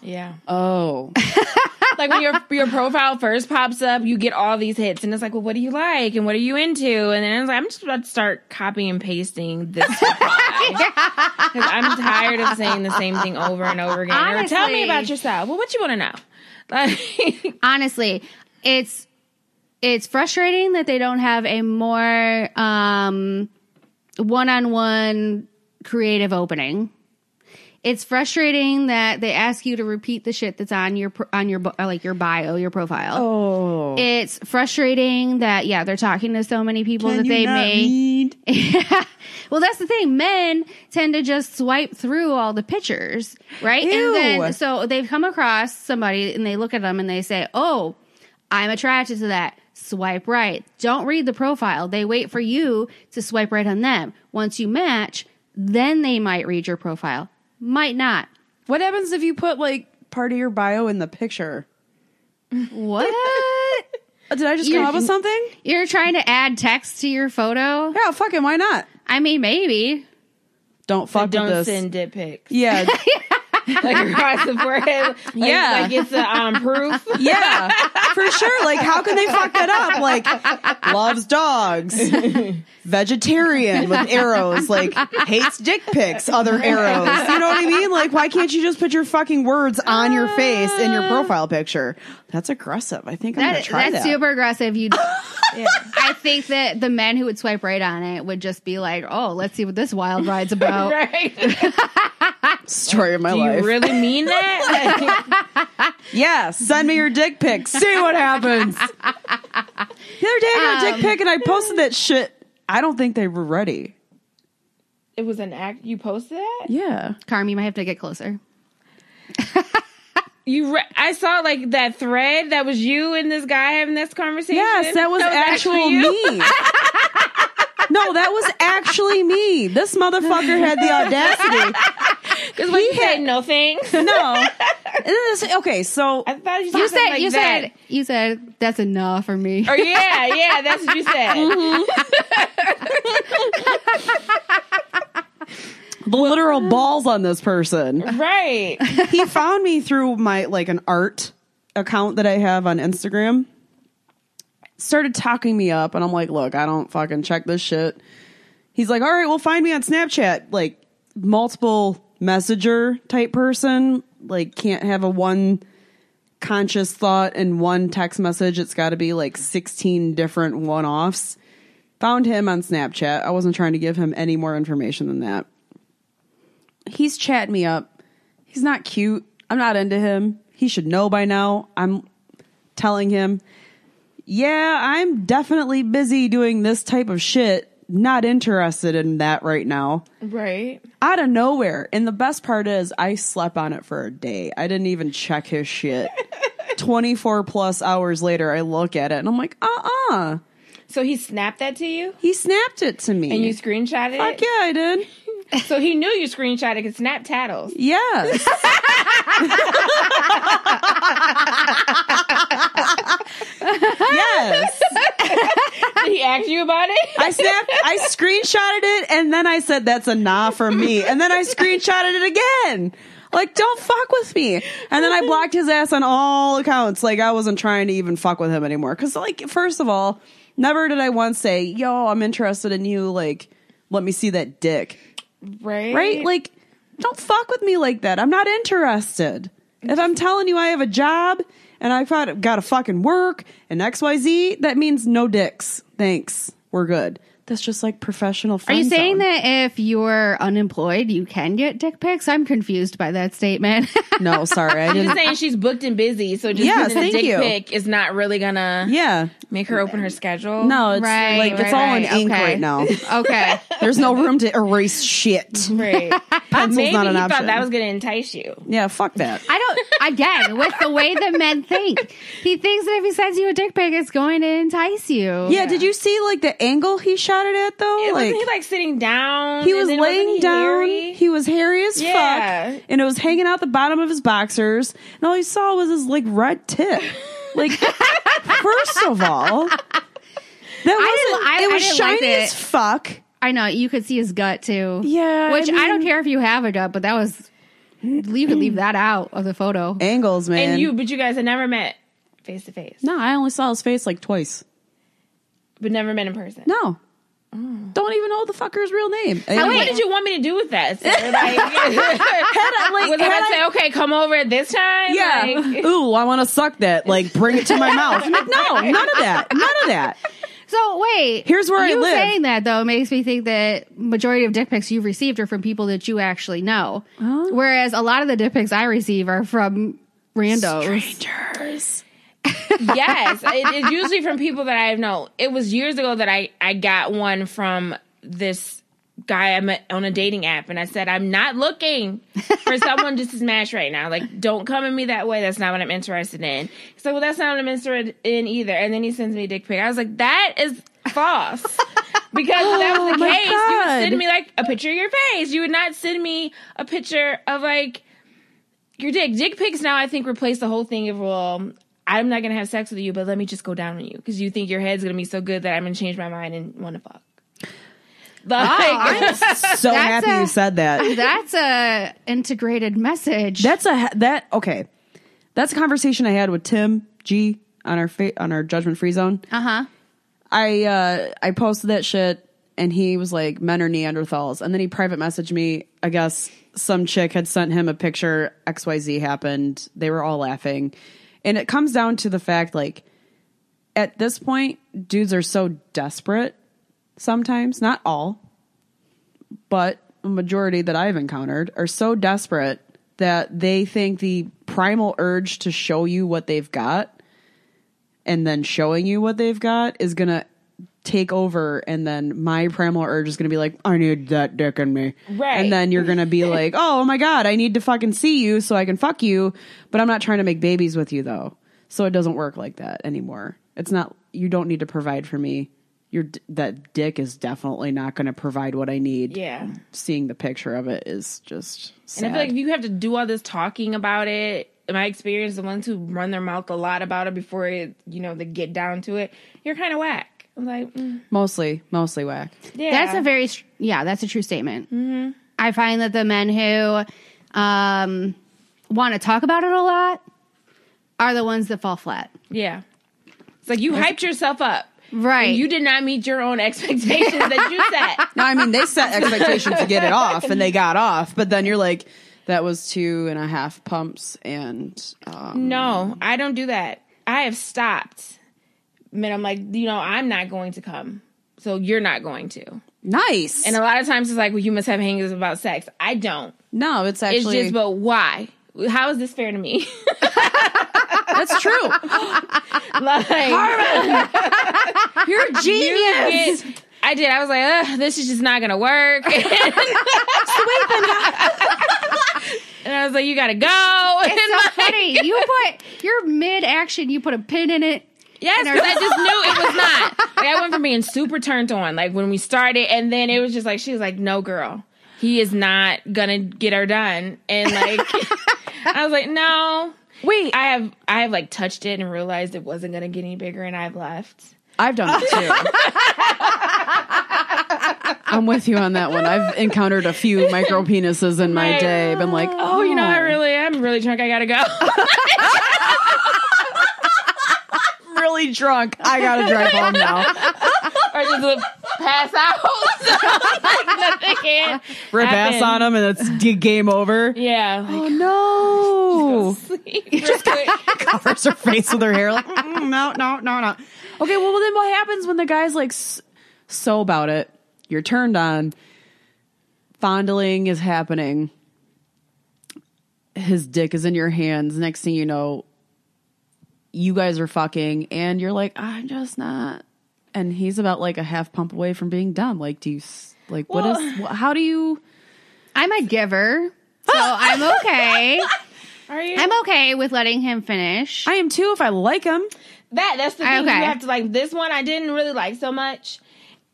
Speaker 3: Yeah.
Speaker 1: oh.
Speaker 3: like when your your profile first pops up, you get all these hits, and it's like, well, what do you like, and what are you into? And then it's like, I'm just about to start copying and
Speaker 1: <laughs>
Speaker 3: pasting this reply because I'm tired of saying the same thing over and over again. Or, tell
Speaker 2: Honestly.
Speaker 3: me about yourself. Well, what you want to know? <laughs> Like,
Speaker 2: Honestly, it's it's frustrating that they don't have a more um one-on-one creative opening. It's frustrating that they ask you to repeat the shit that's on your pro- on your bu- uh, like your bio, your profile.
Speaker 1: Oh.
Speaker 2: It's frustrating that yeah, they're talking to so many people that
Speaker 1: Can you
Speaker 2: they
Speaker 1: not
Speaker 2: may
Speaker 1: read?
Speaker 2: Well, that's the thing. Men tend to just swipe through all the pictures, right?
Speaker 1: Ew.
Speaker 2: And then so they've come across somebody and they look at them and they say, "Oh, I'm attracted to that." Swipe right. Don't read the profile. They wait for you to swipe right on them. Once you match, then they might read your profile. Might not.
Speaker 1: <laughs> What happens if you put like part of your bio in the picture?
Speaker 2: What?
Speaker 1: Uh, Did I just come
Speaker 2: You're-
Speaker 1: up with something?
Speaker 2: <laughs> You're trying to add text to your photo?
Speaker 1: Yeah, fucking why not?
Speaker 2: I mean, maybe.
Speaker 1: Don't fuck with
Speaker 3: don't
Speaker 1: this.
Speaker 3: send dick pics
Speaker 1: Yeah,
Speaker 3: <laughs>
Speaker 1: <laughs>
Speaker 3: like across the forehead. Like,
Speaker 1: Yeah.
Speaker 3: like it's a um, proof.
Speaker 1: <laughs> yeah, for sure. Like, how can they fuck that up? Like, loves <laughs> dogs, vegetarian with arrows, like hates dick pics, other arrows. You know what I mean? Like, why can't you just put your fucking words on your face in your profile picture? That's aggressive. I think I'm gonna
Speaker 2: That,
Speaker 1: try Uh.
Speaker 2: that's
Speaker 1: that.
Speaker 2: super aggressive. <laughs> You, I think that the men who would swipe right on it would just be like, "Oh, let's see what this wild <laughs> ride's about."
Speaker 3: Right?
Speaker 1: Story of my
Speaker 3: Do
Speaker 1: life.
Speaker 3: you really
Speaker 1: <laughs>
Speaker 3: mean that?
Speaker 1: Yeah, send me your dick pics. See what happens. the other day I got a dick pic and I posted that shit. I don't think they were ready.
Speaker 3: it was an act. You posted that?
Speaker 1: Yeah.
Speaker 2: Carmi, you might have to get closer.
Speaker 3: You, re- I saw like that thread that was you and this guy having this conversation.
Speaker 1: Yes, that was, actual
Speaker 3: you?
Speaker 1: me. no, that was actually me. This motherfucker had the audacity.
Speaker 3: Because when you said no thanks,
Speaker 1: No. And then this- okay, so
Speaker 3: I thought you said,
Speaker 2: You
Speaker 3: something
Speaker 2: said,
Speaker 3: like
Speaker 2: you
Speaker 3: that.
Speaker 2: said, you said that's enough for me.
Speaker 3: or yeah, yeah, that's what
Speaker 1: <laughs>
Speaker 3: you said.
Speaker 1: Mm-hmm. the literal balls on this person.
Speaker 3: Right,
Speaker 1: <laughs> he found me through my like an art account that I have on Instagram. Started talking me up, and I'm like, look, I don't fucking check this shit. He's like, all right, well, find me on Snapchat. Like, multiple messenger type person. Like, can't have a one conscious thought and one text message. It's got to be like 16 different one offs. Found him on Snapchat. I wasn't trying to give him any more information than that. He's chatting me up. He's not cute. I'm not into him. He should know by now. I'm telling him, yeah, I'm definitely busy doing this type of shit. not interested in that right now.
Speaker 3: Right.
Speaker 1: Out of nowhere. And the best part is, I slept on it for a day. I didn't even check his
Speaker 3: <laughs>
Speaker 1: shit. 24 plus hours later, I look at it and I'm like, uh uh
Speaker 3: So he snapped that to you
Speaker 1: He snapped it to me.
Speaker 3: and you screenshotted
Speaker 1: Fuck
Speaker 3: it.
Speaker 1: yeah, I did.
Speaker 3: So he knew you screenshotted because snap tattles.
Speaker 1: Yes. yes.
Speaker 3: Did he ask you about it?
Speaker 1: I snapped I screenshotted it and then I said that's a nah for me. And then I screenshotted it again. Like, don't fuck with me. And then I blocked his ass on all accounts. Like I wasn't trying to even fuck with him anymore. Cause like, first of all, never did I once say, yo, I'm interested in you, like, let me see that dick. <laughs>
Speaker 3: Right.
Speaker 1: right? Like, don't fuck with me like that. I'm not interested. If I'm telling you I have a job and I've got, got to fucking work and XYZ, that means no dicks. Thanks. We're good. That's just like professional
Speaker 2: Are
Speaker 1: friend
Speaker 2: you saying
Speaker 1: zone.
Speaker 2: that if you're unemployed, you can get dick pics? I'm confused by that statement. <laughs>
Speaker 1: No, sorry. I
Speaker 3: Just
Speaker 1: didn't.
Speaker 3: saying she's booked and busy, so just
Speaker 1: Yes,
Speaker 3: yes, a
Speaker 1: thank
Speaker 3: dick
Speaker 1: you.
Speaker 3: pic is not really gonna
Speaker 1: Yeah.
Speaker 3: make her open her schedule.
Speaker 1: No, it's
Speaker 2: Right,
Speaker 1: like it's
Speaker 2: right,
Speaker 1: all in
Speaker 2: right.
Speaker 1: ink
Speaker 2: Okay.
Speaker 1: right now.
Speaker 2: <laughs> okay.
Speaker 1: There's no room to erase
Speaker 2: <laughs>
Speaker 1: shit. <laughs>
Speaker 3: Right.
Speaker 1: Pencil's
Speaker 3: Maybe
Speaker 1: not an
Speaker 3: he
Speaker 1: option.
Speaker 3: thought that was gonna entice you.
Speaker 1: yeah, fuck that.
Speaker 2: I don't, again, with the way the men think, he thinks that if he sends you a dick pic, it's going to entice you.
Speaker 1: Yeah, did you see like the angle he shot it at though?
Speaker 3: It-
Speaker 1: like
Speaker 3: wasn't he like sitting down?
Speaker 1: he
Speaker 3: and
Speaker 1: was
Speaker 3: then
Speaker 1: laying
Speaker 3: wasn't he
Speaker 1: down.
Speaker 3: hairy?
Speaker 1: He was hairy as
Speaker 3: Yeah.
Speaker 1: fuck, and it was hanging out the bottom of his boxers, and all he saw was his like red
Speaker 3: <laughs>
Speaker 1: tip. Like, first of all, that wasn't.
Speaker 2: I-
Speaker 1: it
Speaker 2: I
Speaker 1: was
Speaker 2: didn't like
Speaker 1: shiny
Speaker 2: it.
Speaker 1: as fuck.
Speaker 2: I know, you could see his gut too.
Speaker 1: Yeah,
Speaker 2: Which I, don't
Speaker 1: mean,
Speaker 2: care if you have a gut, but that was, you could leave that out of the photo.
Speaker 1: Angles, man.
Speaker 3: and you, but you guys had never met face to face,
Speaker 1: No, I only saw his face like twice.
Speaker 3: but never met in person.
Speaker 1: No,
Speaker 3: Mm.
Speaker 1: don't even know the fucker's real name. And
Speaker 3: Like,
Speaker 1: I'm
Speaker 3: what
Speaker 1: like,
Speaker 3: did you want me to do with
Speaker 1: <laughs>
Speaker 3: that? sir? Like,
Speaker 1: had I, like,
Speaker 3: <laughs> was I
Speaker 1: had
Speaker 3: about to
Speaker 1: I-
Speaker 3: say, okay, come over at this time?
Speaker 1: Yeah.
Speaker 3: Like,
Speaker 1: <laughs> Ooh, I want to suck that. Like, bring it to my mouth. I'm like, no, none of that. None of
Speaker 3: <laughs>
Speaker 1: that.
Speaker 2: So wait,
Speaker 1: Here's where I
Speaker 2: you
Speaker 1: live.
Speaker 2: saying that though makes me think that majority of dick pics you've received are from people that you actually know,
Speaker 1: Oh.
Speaker 2: whereas a lot of the dick pics I receive are from randos.
Speaker 1: Strangers.
Speaker 3: yes, it is usually from people that I know. It was years ago that I I got one from this guy I met on a dating app, and I said I'm not looking for
Speaker 1: <laughs>
Speaker 3: someone just to smash right now. Like, don't come at me that way. That's not what I'm interested in. He's like, well, that's not what I'm interested in either. And then he sends me a dick pic. I was like, that is false.
Speaker 1: <laughs>
Speaker 3: Because if that was the
Speaker 1: Oh my
Speaker 3: case, you would
Speaker 1: God.
Speaker 3: send me like a picture of your face. You would not send me a picture of like your dick. Dick pics now, I think, replace the whole thing of, well, I'm not going to have sex with you, but let me just go down on you because you think your head's going to be so good that I'm going to change my mind and want to fuck. Like, <laughs>
Speaker 1: So happy
Speaker 2: a-
Speaker 1: you said that.
Speaker 2: That's a integrated message.
Speaker 1: That's a that okay. That's a conversation I had with Tim G on our fa- on our judgment free zone.
Speaker 2: uh huh.
Speaker 1: I uh I posted that shit and he was like men are Neanderthals and then he private messaged me. I guess some chick had sent him a picture XYZ happened. They were all laughing. And it comes down to the fact like at this point dudes are so desperate sometimes, not all, but a majority that I've encountered are so desperate that they think the primal urge to show you what they've got and then showing you what they've got is gonna take over and then my primal urge is gonna be like i need that dick in me
Speaker 3: Right.
Speaker 1: and then you're gonna
Speaker 3: <laughs>
Speaker 1: be like oh my god i need to fucking see you so i can fuck you but i'm not trying to make babies with you though so it doesn't work like that anymore it's not you don't need to provide for me your d- that dick is definitely not gonna provide what i need
Speaker 3: yeah.
Speaker 1: seeing the picture of it is just sad.
Speaker 3: And I feel like if you have to do all this talking about it, in my experience, the ones who run their mouth a lot about it before it, you know, they get down to it, you're kind of whack. I'm like, mm,
Speaker 1: mostly mostly whack
Speaker 3: yeah,
Speaker 2: That's a very str- yeah. That's a true statement.
Speaker 1: Mm-hmm.
Speaker 2: I find that the men who um, want to talk about it a lot are the ones that fall flat.
Speaker 3: yeah. It's like you hyped yourself up.
Speaker 2: Right.
Speaker 3: And you did not meet your own <laughs> expectations that you set.
Speaker 1: no i mean they
Speaker 3: <laughs>
Speaker 1: set expectations to get it off and they got off but then you're like that was two and a half pumps and
Speaker 3: Mm.
Speaker 1: um,
Speaker 3: No, I don't do that. I have stopped. And I'm like, you know, I'm not going to come. So you're not going to.
Speaker 1: nice
Speaker 3: And a lot of times it's like, well, you must have hangers about sex. I don't.
Speaker 1: no it's
Speaker 3: It's
Speaker 1: actually
Speaker 3: just, but why? How is this fair to me? <laughs>
Speaker 1: that's true
Speaker 3: like,
Speaker 1: you're a
Speaker 3: <laughs> you
Speaker 1: genius
Speaker 3: get- I I did. I was like, Ugh, this is just not gonna work. <laughs> and I was like, you gotta go. <laughs> And
Speaker 2: It's
Speaker 3: like-
Speaker 2: so <laughs> funny. You put your mid action, you put a pin in it.
Speaker 3: Yes,
Speaker 2: And
Speaker 3: 'cause I just knew it was not. Like, I went from being super turned on, like when we started, and then it was just like she was like, "No, girl, he is not gonna get her done." And like, <laughs> I was like, "No,
Speaker 1: Wait, I,
Speaker 3: I have, I have like touched it and realized it wasn't gonna get any bigger, and I've left."
Speaker 1: have done it too. I'm with you on that one. I've encountered a few micro penises in my
Speaker 3: Right.
Speaker 1: day. Been like,
Speaker 3: <laughs> Oh, you know, I really, I'm really drunk. I gotta go. <laughs>
Speaker 1: really drunk. I gotta drive home now.
Speaker 3: or just look, pass out. <laughs> So, like, nothing can
Speaker 1: Rip ass
Speaker 3: happen.
Speaker 1: on them, and it's g- game over.
Speaker 3: Yeah. Like,
Speaker 1: Oh no!
Speaker 3: real quick.
Speaker 1: covers her face with her hair. Like, "Mm, no, no, no, no. Okay, well, then what happens when the guy's like s- so about it? You're turned on. Fondling is happening. His dick is in your hands. Next thing you know, you guys are fucking, and you're like, I'm just not. And he's about like a half pump away from being done. Like, do you s- like what is?
Speaker 3: Well-
Speaker 1: wh- how do you?
Speaker 2: I'm a giver, <laughs> so I'm okay. <laughs>
Speaker 3: Are you?
Speaker 2: I'm okay with letting him finish.
Speaker 1: I am too if I like him.
Speaker 3: That that's the thing.
Speaker 2: Okay.
Speaker 3: You have to like this one. I didn't really like so much.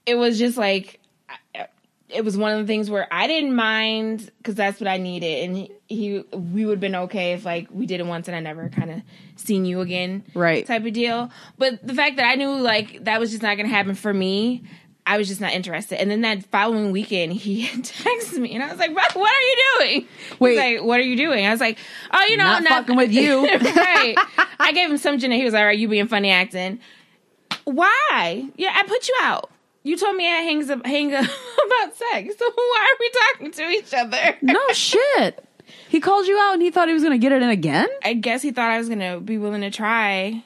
Speaker 3: It was just like I- it was one of the things where I didn't mind because that's what I needed, and he, he we would have been okay if like we did it once and I never kind of seen you again,
Speaker 1: Right.
Speaker 3: Type of deal. But the fact that I knew like that was just not gonna happen for me. I was just not interested. And then that following weekend, he <laughs> had texted me, and I was like, "Bro, what are you doing?"
Speaker 1: Wait.
Speaker 3: He's like, "What are you doing?" I was like, "Oh, you know,
Speaker 1: Not fucking with you.
Speaker 3: <laughs> right. I gave him some gin and he was like, all right, you being funny acting. Why? Yeah, I put you out. You told me I hangs up hang <laughs> up about sex. <laughs> So why are we talking to each other?
Speaker 1: No <laughs> shit. He called you out and he thought he was gonna get it in again.
Speaker 3: I guess he thought I was gonna be willing to try.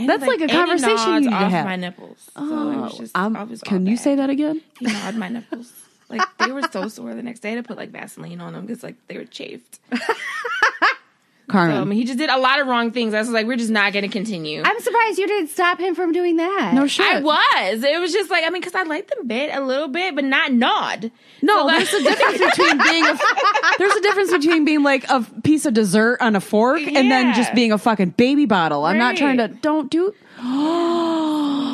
Speaker 3: And
Speaker 1: That's
Speaker 3: he's
Speaker 1: like a
Speaker 3: and he
Speaker 1: conversation
Speaker 3: nods
Speaker 1: you need to
Speaker 3: off
Speaker 1: have.
Speaker 3: my nipples. So it was just
Speaker 1: Oh, I'm-
Speaker 3: I was all
Speaker 1: can you
Speaker 3: bad.
Speaker 1: say that again?
Speaker 3: He gnawed my nipples. Like they were so sore the next day. I had to put like Vaseline on them because like they were chafed.
Speaker 1: Carmen.
Speaker 3: I mean, he just did a lot of wrong things. I was like, we're just not gonna continue.
Speaker 2: I'm surprised you didn't stop him from doing that.
Speaker 1: no shit.
Speaker 3: I was. It was just like I mean, because I liked the bit a little bit, but not gnawed.
Speaker 1: no, there's a difference between being a,
Speaker 3: <laughs>
Speaker 1: there's a difference between being like a piece of dessert on a fork and then
Speaker 3: Yeah.
Speaker 1: just being a fucking baby bottle. I'm not trying to
Speaker 3: Right.
Speaker 1: don't do <gasps>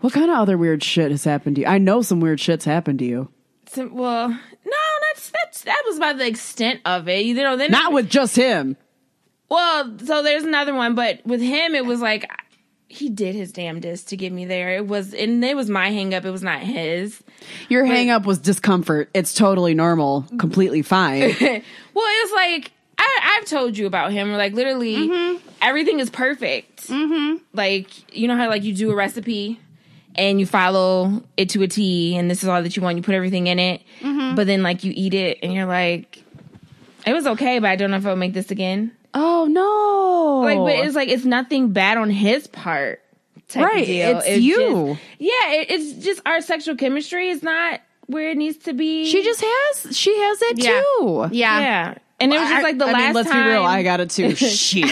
Speaker 1: What kind of other weird shit has happened to you? I know some weird shit's happened to you.
Speaker 3: So, well, no, that's that's that was about the extent of it. You know, then
Speaker 1: Not with just him.
Speaker 3: well. So there's another one, but with him, it was like he did his damnedest to get me there. It was, and it was my hang up. It was not his.
Speaker 1: Your hang up was discomfort. It's totally normal, completely
Speaker 3: <laughs>
Speaker 1: fine.
Speaker 3: Well, it's like I, I've told you about him. Like literally,
Speaker 1: Mm-hmm.
Speaker 3: everything is perfect. Mm-hmm. Like you know how like you do a recipe and you follow it to a T, and this is all that you want. You put everything in it,
Speaker 1: Mm-hmm.
Speaker 3: but then like you eat it, and you're like, it was okay, but I don't know if I'll make this again.
Speaker 1: oh no.
Speaker 3: Like, but it's like it's nothing bad on his part. type of
Speaker 1: Right,
Speaker 3: deal.
Speaker 1: it's you.
Speaker 3: just- yeah, it, it's just our sexual chemistry is not where it needs to be.
Speaker 1: she just has she has it
Speaker 2: Yeah.
Speaker 1: too.
Speaker 2: Yeah.
Speaker 3: yeah. And it was just like the
Speaker 1: I
Speaker 3: last
Speaker 1: mean, let's
Speaker 3: time.
Speaker 1: be real, I got it too. Shit.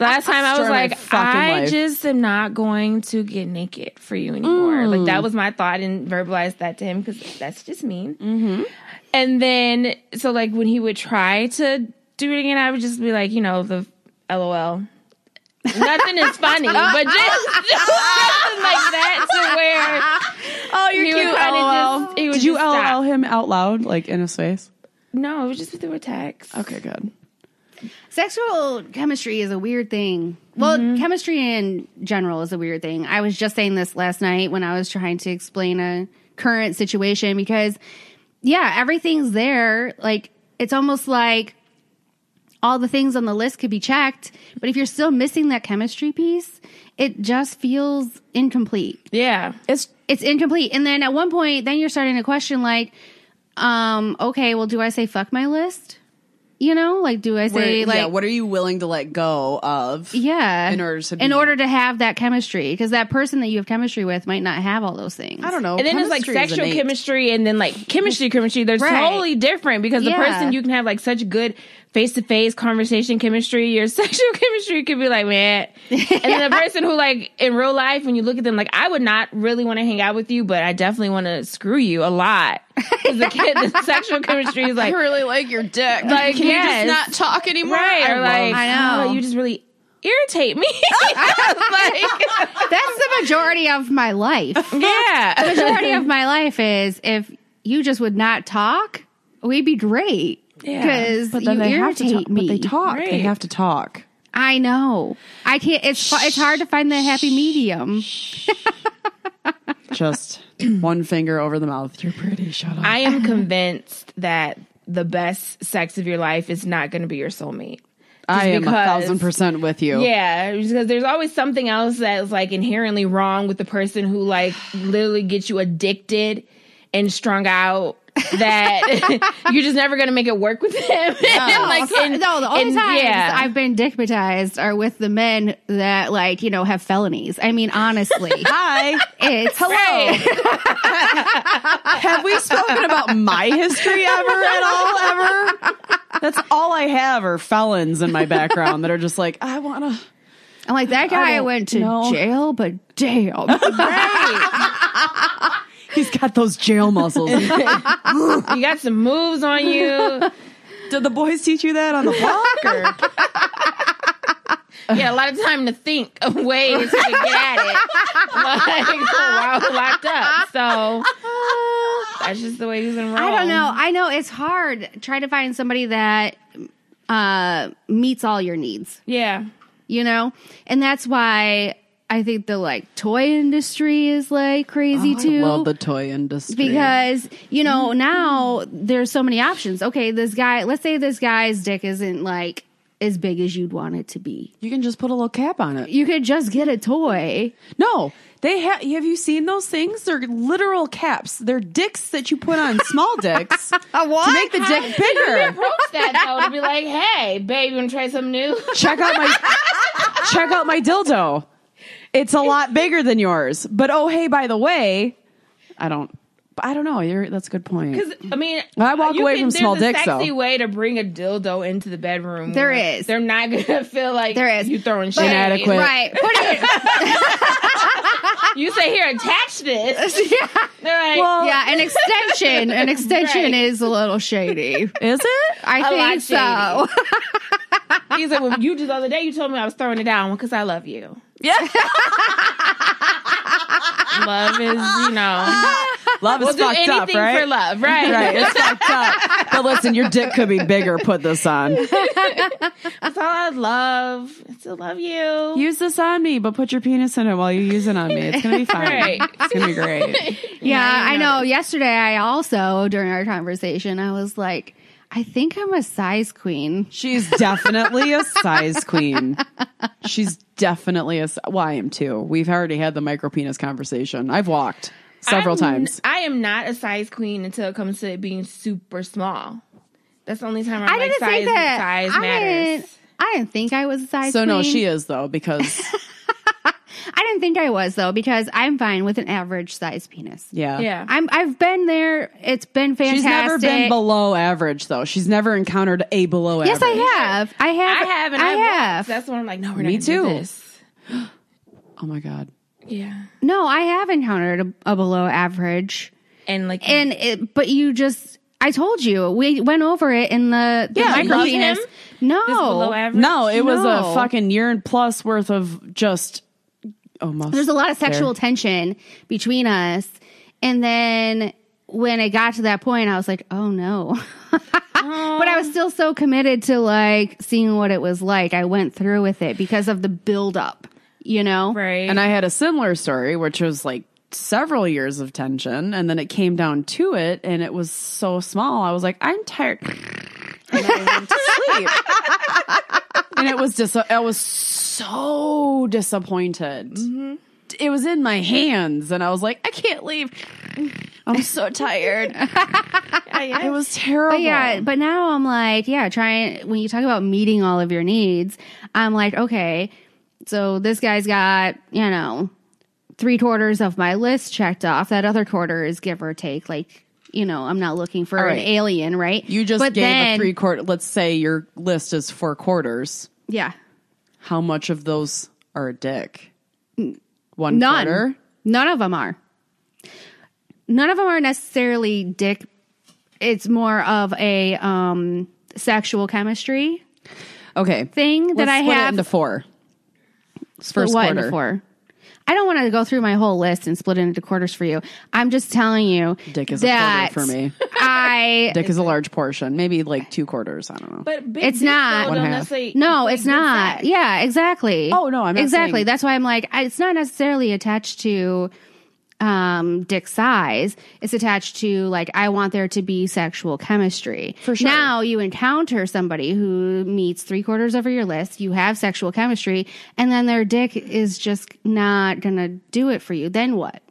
Speaker 3: Last time I
Speaker 1: Story
Speaker 3: was
Speaker 1: of my
Speaker 3: like,
Speaker 1: fucking
Speaker 3: I
Speaker 1: life.
Speaker 3: just am not going to get naked for you anymore. Like
Speaker 1: Mm.
Speaker 3: that was my thought and verbalized that to him because that's just mean. Mm-hmm. And then so like when he would try to do it again, I would just be like, you know, the LOL. Nothing is
Speaker 1: <laughs>
Speaker 3: funny, but just something like that to where
Speaker 1: Oh,
Speaker 3: he would kind of just. He would
Speaker 1: Did you
Speaker 3: just
Speaker 1: LOL
Speaker 3: stop.
Speaker 1: him out loud, like in his face?
Speaker 3: No, it was just through a text.
Speaker 1: Okay, good.
Speaker 2: Sexual chemistry is a weird thing. Well,
Speaker 1: Mm-hmm.
Speaker 2: chemistry in general is a weird thing. I was just saying this last night when I was trying to explain a current situation because, yeah, everything's there. Like, it's almost like all the things on the list could be checked, but if you're still missing that chemistry piece, it just feels incomplete
Speaker 3: Yeah.
Speaker 1: It's
Speaker 2: it's incomplete. And then at one point, then you're starting to question like, um, okay, well, do I say fuck my list? You know, like do I say
Speaker 1: Where-
Speaker 2: like
Speaker 1: yeah, what are you willing to let go of?
Speaker 2: Yeah.
Speaker 1: in order to
Speaker 2: in
Speaker 1: be-
Speaker 2: order to have that chemistry, because that person that you have chemistry with might not have all those things. <laughs>
Speaker 1: I don't know.
Speaker 3: And then it's like
Speaker 1: Chemistry is
Speaker 3: sexual
Speaker 1: innate.
Speaker 3: chemistry and then like chemistry, chemistry. They're
Speaker 2: Right.
Speaker 3: totally different because the
Speaker 2: Yeah.
Speaker 3: person you can have like such good face to face conversation chemistry, your <laughs> sexual chemistry could be like, man. And
Speaker 1: <laughs>
Speaker 3: then the person who like in real life, when you look at them, like, I would not really want to hang out with you, but I definitely want to screw you
Speaker 1: <laughs>
Speaker 3: a lot. 'Cause The, kid, the sexual chemistry is
Speaker 1: I
Speaker 3: like,
Speaker 1: really like your dick.
Speaker 3: Like,
Speaker 1: can
Speaker 3: yes.
Speaker 1: you just not talk anymore?
Speaker 3: right.
Speaker 1: I
Speaker 3: Or like,
Speaker 1: love-
Speaker 2: I know.
Speaker 3: "Oh, you just really
Speaker 1: <laughs>
Speaker 3: irritate me. <laughs> I was
Speaker 2: That's the majority of my life.
Speaker 1: <laughs>
Speaker 3: like, yeah.
Speaker 2: majority of my life is if you just would not talk, we'd be great.
Speaker 3: Yeah.
Speaker 2: Because
Speaker 1: but
Speaker 2: you
Speaker 1: then they have
Speaker 2: irritate
Speaker 1: to talk. But
Speaker 2: me.
Speaker 1: they talk. They
Speaker 3: Right.
Speaker 1: have to talk.
Speaker 2: I know. I can't. It's fu- it's hard to find the happy medium.
Speaker 1: Just one finger over the mouth. You're pretty. Shut up. <laughs>
Speaker 3: I am convinced that the best sex of your life is not going to be your soulmate.
Speaker 1: I am a
Speaker 3: because-
Speaker 1: thousand percent with you.
Speaker 3: Yeah, because there's always something else that's like inherently wrong with the person who like literally gets you addicted and strung out. that <laughs> you're just never gonna make it work with them. And, <laughs> like, and-
Speaker 2: Oh, no, the only
Speaker 3: and-
Speaker 2: times
Speaker 3: yeah.
Speaker 2: I've been dickmatized are with the men that like you know have felonies. I mean, honestly,
Speaker 1: <laughs> Hi.
Speaker 2: it's hello.
Speaker 1: Have we spoken about my history ever at all? Ever? That's all I have are felons in my background that are just like, I want to.
Speaker 2: I'm like that guy
Speaker 1: don't
Speaker 2: went to
Speaker 1: know.
Speaker 2: jail, but damn,
Speaker 1: He's got those jail muscles.
Speaker 3: you got some moves on you.
Speaker 1: <laughs> Did the boys teach you that on the block?
Speaker 2: <laughs>
Speaker 1: Or?
Speaker 3: Yeah, a lot of time to think of ways to get at it. Like <laughs> while we're locked up. So that's just the way he's in Rome.
Speaker 2: <laughs> I don't know. I know it's hard trying to find somebody that uh, meets all your needs,
Speaker 3: Yeah.
Speaker 2: you know? And that's why I think the like toy industry is like crazy too.
Speaker 1: love the toy industry.
Speaker 2: because you know now there's so many options. Okay, this guy. Let's say this guy's dick isn't like as big as you'd want it to be.
Speaker 1: you can just put a little cap on it.
Speaker 2: You could just get a toy.
Speaker 1: No, they have. Have you seen those things? They're literal caps. They're dicks that you put on small <laughs> dicks to make the dick <laughs> bigger.
Speaker 3: Approach that though to be like, hey, babe, you wanna try something new? <laughs>
Speaker 1: check out my check out my dildo. It's a lot bigger than yours. But oh hey, by the way, I don't I don't know. You're that's a good point.
Speaker 3: Because I mean,
Speaker 1: I walk
Speaker 3: you
Speaker 1: away from small
Speaker 3: there's
Speaker 1: dicks,
Speaker 3: A sexy
Speaker 1: though.
Speaker 3: way to bring a dildo into the bedroom.
Speaker 2: There
Speaker 3: where
Speaker 2: is.
Speaker 3: They're not gonna feel like
Speaker 2: There is.
Speaker 3: you throwing shit.
Speaker 1: Inadequate. But-
Speaker 2: right. Put it.
Speaker 3: You say here, attach this.
Speaker 2: <laughs>
Speaker 3: They're like,
Speaker 1: Well,
Speaker 2: yeah,
Speaker 3: <laughs>
Speaker 2: an extension. An extension
Speaker 3: Right.
Speaker 2: is a little shady.
Speaker 1: is it?
Speaker 2: I
Speaker 3: <laughs> A lot
Speaker 2: think so.
Speaker 3: he's like, well, you just the other day you told me I was throwing it down because I love you.
Speaker 1: Yeah.
Speaker 3: <laughs> Love is, you know.
Speaker 1: Love is
Speaker 3: We'll do
Speaker 1: fucked
Speaker 3: anything
Speaker 1: up, right?
Speaker 3: for love, right?
Speaker 1: Right, it's fucked up. But listen, your dick could be bigger. Put this
Speaker 3: <laughs>
Speaker 1: on.
Speaker 3: That's all I love. I still love you.
Speaker 1: Use this on me, but put your penis in it while you use it on me. It's gonna be fine.
Speaker 3: Right.
Speaker 1: It's gonna be great.
Speaker 2: <laughs> Yeah,
Speaker 3: you
Speaker 2: I
Speaker 3: know
Speaker 2: know. Yesterday, I also, during our conversation, I was like, I think I'm a size queen.
Speaker 1: She's definitely a size queen. She's definitely a. s- Well, I am too. We've already had the micro penis conversation. I've walked several
Speaker 3: I'm-
Speaker 1: times.
Speaker 3: I am not a size queen until it comes to it being super small. That's the only time I'm
Speaker 2: I
Speaker 3: like
Speaker 2: didn't
Speaker 3: size,
Speaker 2: say that.
Speaker 3: size
Speaker 2: I
Speaker 3: matters.
Speaker 2: Didn't, I didn't think I was a size
Speaker 1: So
Speaker 2: queen.
Speaker 1: no, she is though
Speaker 2: <laughs>
Speaker 1: because
Speaker 2: I didn't think I was, though, because I'm fine with an average size penis.
Speaker 1: yeah,
Speaker 3: Yeah.
Speaker 2: I'm, I've been there. It's been fantastic.
Speaker 1: She's never been below average though. She's never encountered a below
Speaker 2: Yes, I
Speaker 1: average.
Speaker 2: have. I have.
Speaker 3: I have and
Speaker 2: I
Speaker 3: I,
Speaker 2: have.
Speaker 3: That's when I'm like, no, we're
Speaker 1: Me
Speaker 3: not gonna
Speaker 1: too.
Speaker 3: do this.
Speaker 1: Oh my god.
Speaker 3: Yeah.
Speaker 2: No, I have encountered a, a below average.
Speaker 3: And like
Speaker 2: and it, but you just I told you we went over it in the, the
Speaker 1: Yeah,
Speaker 2: micro
Speaker 3: love
Speaker 2: penis.
Speaker 3: him?
Speaker 2: No,
Speaker 3: this below average.
Speaker 1: No, it was
Speaker 2: No.
Speaker 1: a fucking year and plus worth of just oh, almost.
Speaker 2: there's a lot of sexual tension between us, and then when it got to that point, I was like, oh no. <laughs> But I was still so committed to like seeing what it was like. I went through with it because of the buildup, you know.
Speaker 3: Right.
Speaker 1: And I had a similar story, which was like several years of tension. And then it came down to it, and it was so small. I was like, I'm tired. <laughs> And I went to sleep. and it was dis- I was so disappointed. It was in my hands, and I was like, I can't leave. I'm so tired. It was terrible.
Speaker 2: But yeah, but now I'm like, yeah, trying when you talk about meeting all of your needs, I'm like, okay, so this guy's got, you know, three quarters of my list checked off. That other quarter is give or take. Like, you know, I'm not looking for
Speaker 1: right.
Speaker 2: an alien, right?
Speaker 1: you just
Speaker 2: But
Speaker 1: gave
Speaker 2: then-
Speaker 1: a three quarter. Let's say your list is four quarters.
Speaker 2: Yeah.
Speaker 1: How much of those are a dick? One
Speaker 2: None.
Speaker 1: quarter.
Speaker 2: None of them are. None of them are necessarily dick. It's more of a um sexual chemistry
Speaker 1: Okay.
Speaker 2: thing that
Speaker 1: Let's
Speaker 2: I
Speaker 1: split it
Speaker 2: have
Speaker 1: into four. It's
Speaker 2: Split
Speaker 1: First
Speaker 2: what
Speaker 1: quarter.
Speaker 2: into four? I don't want to go through my whole list and split it into quarters for you. I'm just telling you,
Speaker 1: Dick is a
Speaker 2: that
Speaker 1: quarter for me.
Speaker 2: <laughs> I
Speaker 1: Dick is a large portion, maybe like two quarters. I don't know.
Speaker 3: But big
Speaker 2: it's
Speaker 3: dick,
Speaker 2: not
Speaker 3: though, don't
Speaker 1: half.
Speaker 3: necessarily-
Speaker 2: no, it's not. Yeah, exactly.
Speaker 1: Oh, no, I'm not
Speaker 2: exactly.
Speaker 1: saying-
Speaker 2: That's why I'm like, I, it's not necessarily attached to um dick size. It's attached to like I want there to be sexual chemistry. For
Speaker 1: sure.
Speaker 2: Now you encounter somebody who meets three quarters of your list. You have sexual chemistry, and then their dick is just not gonna do it for you. Then what?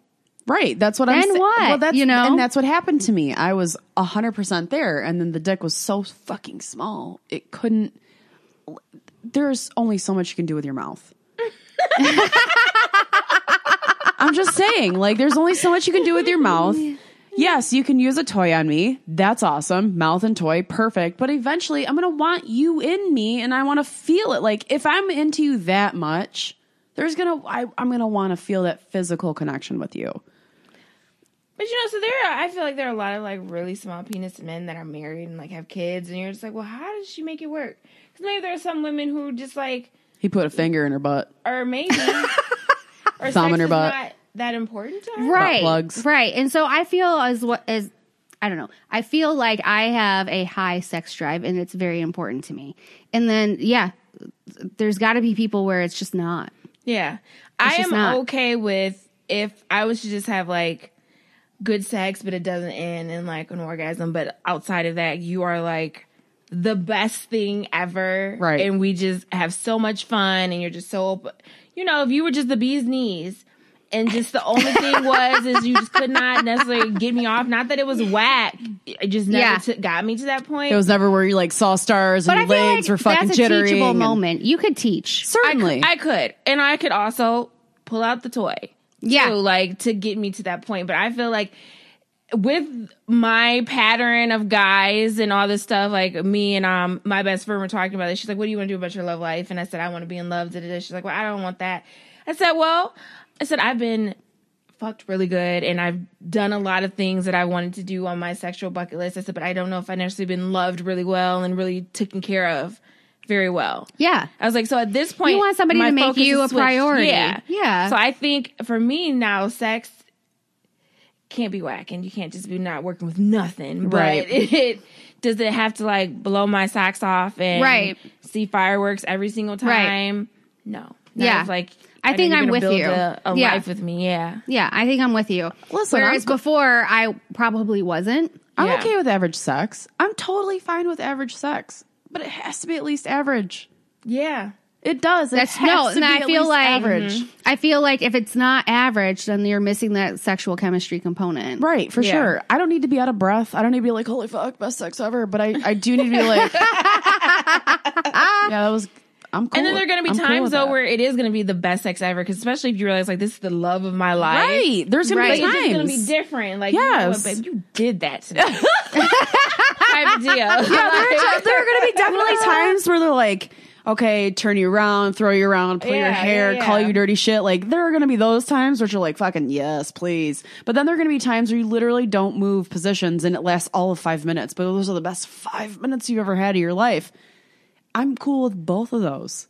Speaker 1: Right. That's what I'm
Speaker 2: Then
Speaker 1: saying.
Speaker 2: what?
Speaker 1: Well, that's,
Speaker 2: You know?
Speaker 1: and that's what happened to me. I was 100% there, and then the dick was so fucking small, it couldn't. There's only so much you can do with your mouth. <laughs> I'm just saying, like, there's only so much you can do with your mouth. Yes, you can use a toy on me. That's awesome. Mouth and toy, perfect. But eventually, I'm going to want you in me and I want to feel it. Like, if I'm into you that much, there's going to, I'm going to want to feel that physical connection with you.
Speaker 3: But you know, so there are, I feel like there are a lot of like really small penis men that are married and like have kids, and you're just like, well, how does she make it work? Because maybe there are some women who just like,
Speaker 1: He put a finger in her butt.
Speaker 2: <laughs>
Speaker 3: or maybe, or
Speaker 1: Thumb
Speaker 3: sex
Speaker 1: in her
Speaker 3: is
Speaker 1: butt.
Speaker 3: not that important to her.
Speaker 2: right
Speaker 1: plugs.
Speaker 2: right and so i feel as what as i don't know i feel like i have a high sex drive and it's very important to me and then yeah there's got to be people where it's just not
Speaker 3: Yeah, I
Speaker 2: just
Speaker 3: am
Speaker 2: not.
Speaker 3: okay with if I was to just have like good sex, but it doesn't end in like an orgasm. But outside of that, you are like the best thing ever,
Speaker 1: Right.
Speaker 3: And we just have so much fun, and you're just so, open. you know, if you were just the bee's knees. And just the only thing was is you just could not necessarily get me off. Not that it was whack. It just never
Speaker 2: Yeah.
Speaker 3: took- got me to that point.
Speaker 1: It was never where you like saw stars
Speaker 2: but
Speaker 1: and
Speaker 2: i
Speaker 1: your
Speaker 2: feel
Speaker 1: legs
Speaker 2: like
Speaker 1: were fucking
Speaker 2: that's a
Speaker 1: jittering.
Speaker 2: teachable
Speaker 1: and-
Speaker 2: moment you could teach
Speaker 3: I cou-
Speaker 1: Certainly.
Speaker 3: I, could. And I could also pull out the toy.
Speaker 2: Yeah.
Speaker 3: too, like to get me to that point. But I feel like with my pattern of guys and all this stuff, like me and um my best friend were talking about this. She's like, What do you want to do about your love life? And I said, I want to be in love. Da, da, da. She's like, Well, I don't want that. I said, Well, I said, I've been fucked really good and I've done a lot of things that I wanted to do on my sexual bucket list. I said, but I don't know if I necessarily been loved really well and really taken care of very well.
Speaker 2: yeah
Speaker 3: I was like, so at this point,
Speaker 2: You want somebody
Speaker 3: my
Speaker 2: to make
Speaker 3: focus
Speaker 2: you
Speaker 3: is
Speaker 2: a
Speaker 3: switched.
Speaker 2: priority.
Speaker 3: Yeah,
Speaker 2: Yeah.
Speaker 3: So I think for me now, sex can't be whack, and you can't just be not working with nothing. But
Speaker 1: Right.
Speaker 3: <laughs> it, does it have to like blow my socks off and
Speaker 2: Right.
Speaker 3: see fireworks every single
Speaker 2: Right.
Speaker 3: time? No. Not
Speaker 2: Yeah.
Speaker 3: if, like
Speaker 2: I think
Speaker 3: know you're
Speaker 2: I'm
Speaker 3: gonna
Speaker 2: with
Speaker 3: build
Speaker 2: you.
Speaker 3: A, a
Speaker 2: Yeah.
Speaker 3: life with me. Yeah.
Speaker 2: yeah i think i'm with you
Speaker 1: Listen,
Speaker 2: whereas
Speaker 1: I'm go-
Speaker 2: before i probably wasn't
Speaker 1: I'm
Speaker 3: Yeah.
Speaker 1: okay with average sex. I'm totally fine with average sex, but it has to be at least average.
Speaker 3: Yeah.
Speaker 1: It does. It
Speaker 2: that's
Speaker 1: has
Speaker 2: no
Speaker 1: to
Speaker 2: and
Speaker 1: be
Speaker 2: i
Speaker 1: at
Speaker 2: feel
Speaker 1: least
Speaker 2: like Mm-hmm.
Speaker 1: average.
Speaker 2: i feel like if it's not average then you're missing that sexual chemistry component
Speaker 1: Right, for
Speaker 3: Yeah.
Speaker 1: sure. I don't need to be out of breath. I don't need to be like, holy fuck, best sex ever. But I, I do need to be <laughs> like, yeah, that was, I'm cool.
Speaker 3: And then there are going to be times though
Speaker 1: over.
Speaker 3: where it is going to be the best sex ever, because especially if you realize like this is the love of my life.
Speaker 1: Right. There's going to
Speaker 3: Like,
Speaker 1: be
Speaker 3: it's just gonna
Speaker 1: times.
Speaker 3: be different. Like,
Speaker 1: Yes.
Speaker 3: you know what, babe, you did that <laughs> to me. Type of deal.
Speaker 1: there, there are going to be
Speaker 3: <laughs>
Speaker 1: definitely times where they're like, okay, turn you around, throw you around, pull your
Speaker 3: Yeah,
Speaker 1: hair,
Speaker 3: yeah,
Speaker 1: call
Speaker 3: yeah.
Speaker 1: you dirty shit. Like, there are going to be those times which are like, fucking yes, please. But then there are going to be times where you literally don't move positions and it lasts all of five minutes. But those are the best five minutes you've ever had of your life. I'm cool with both of those.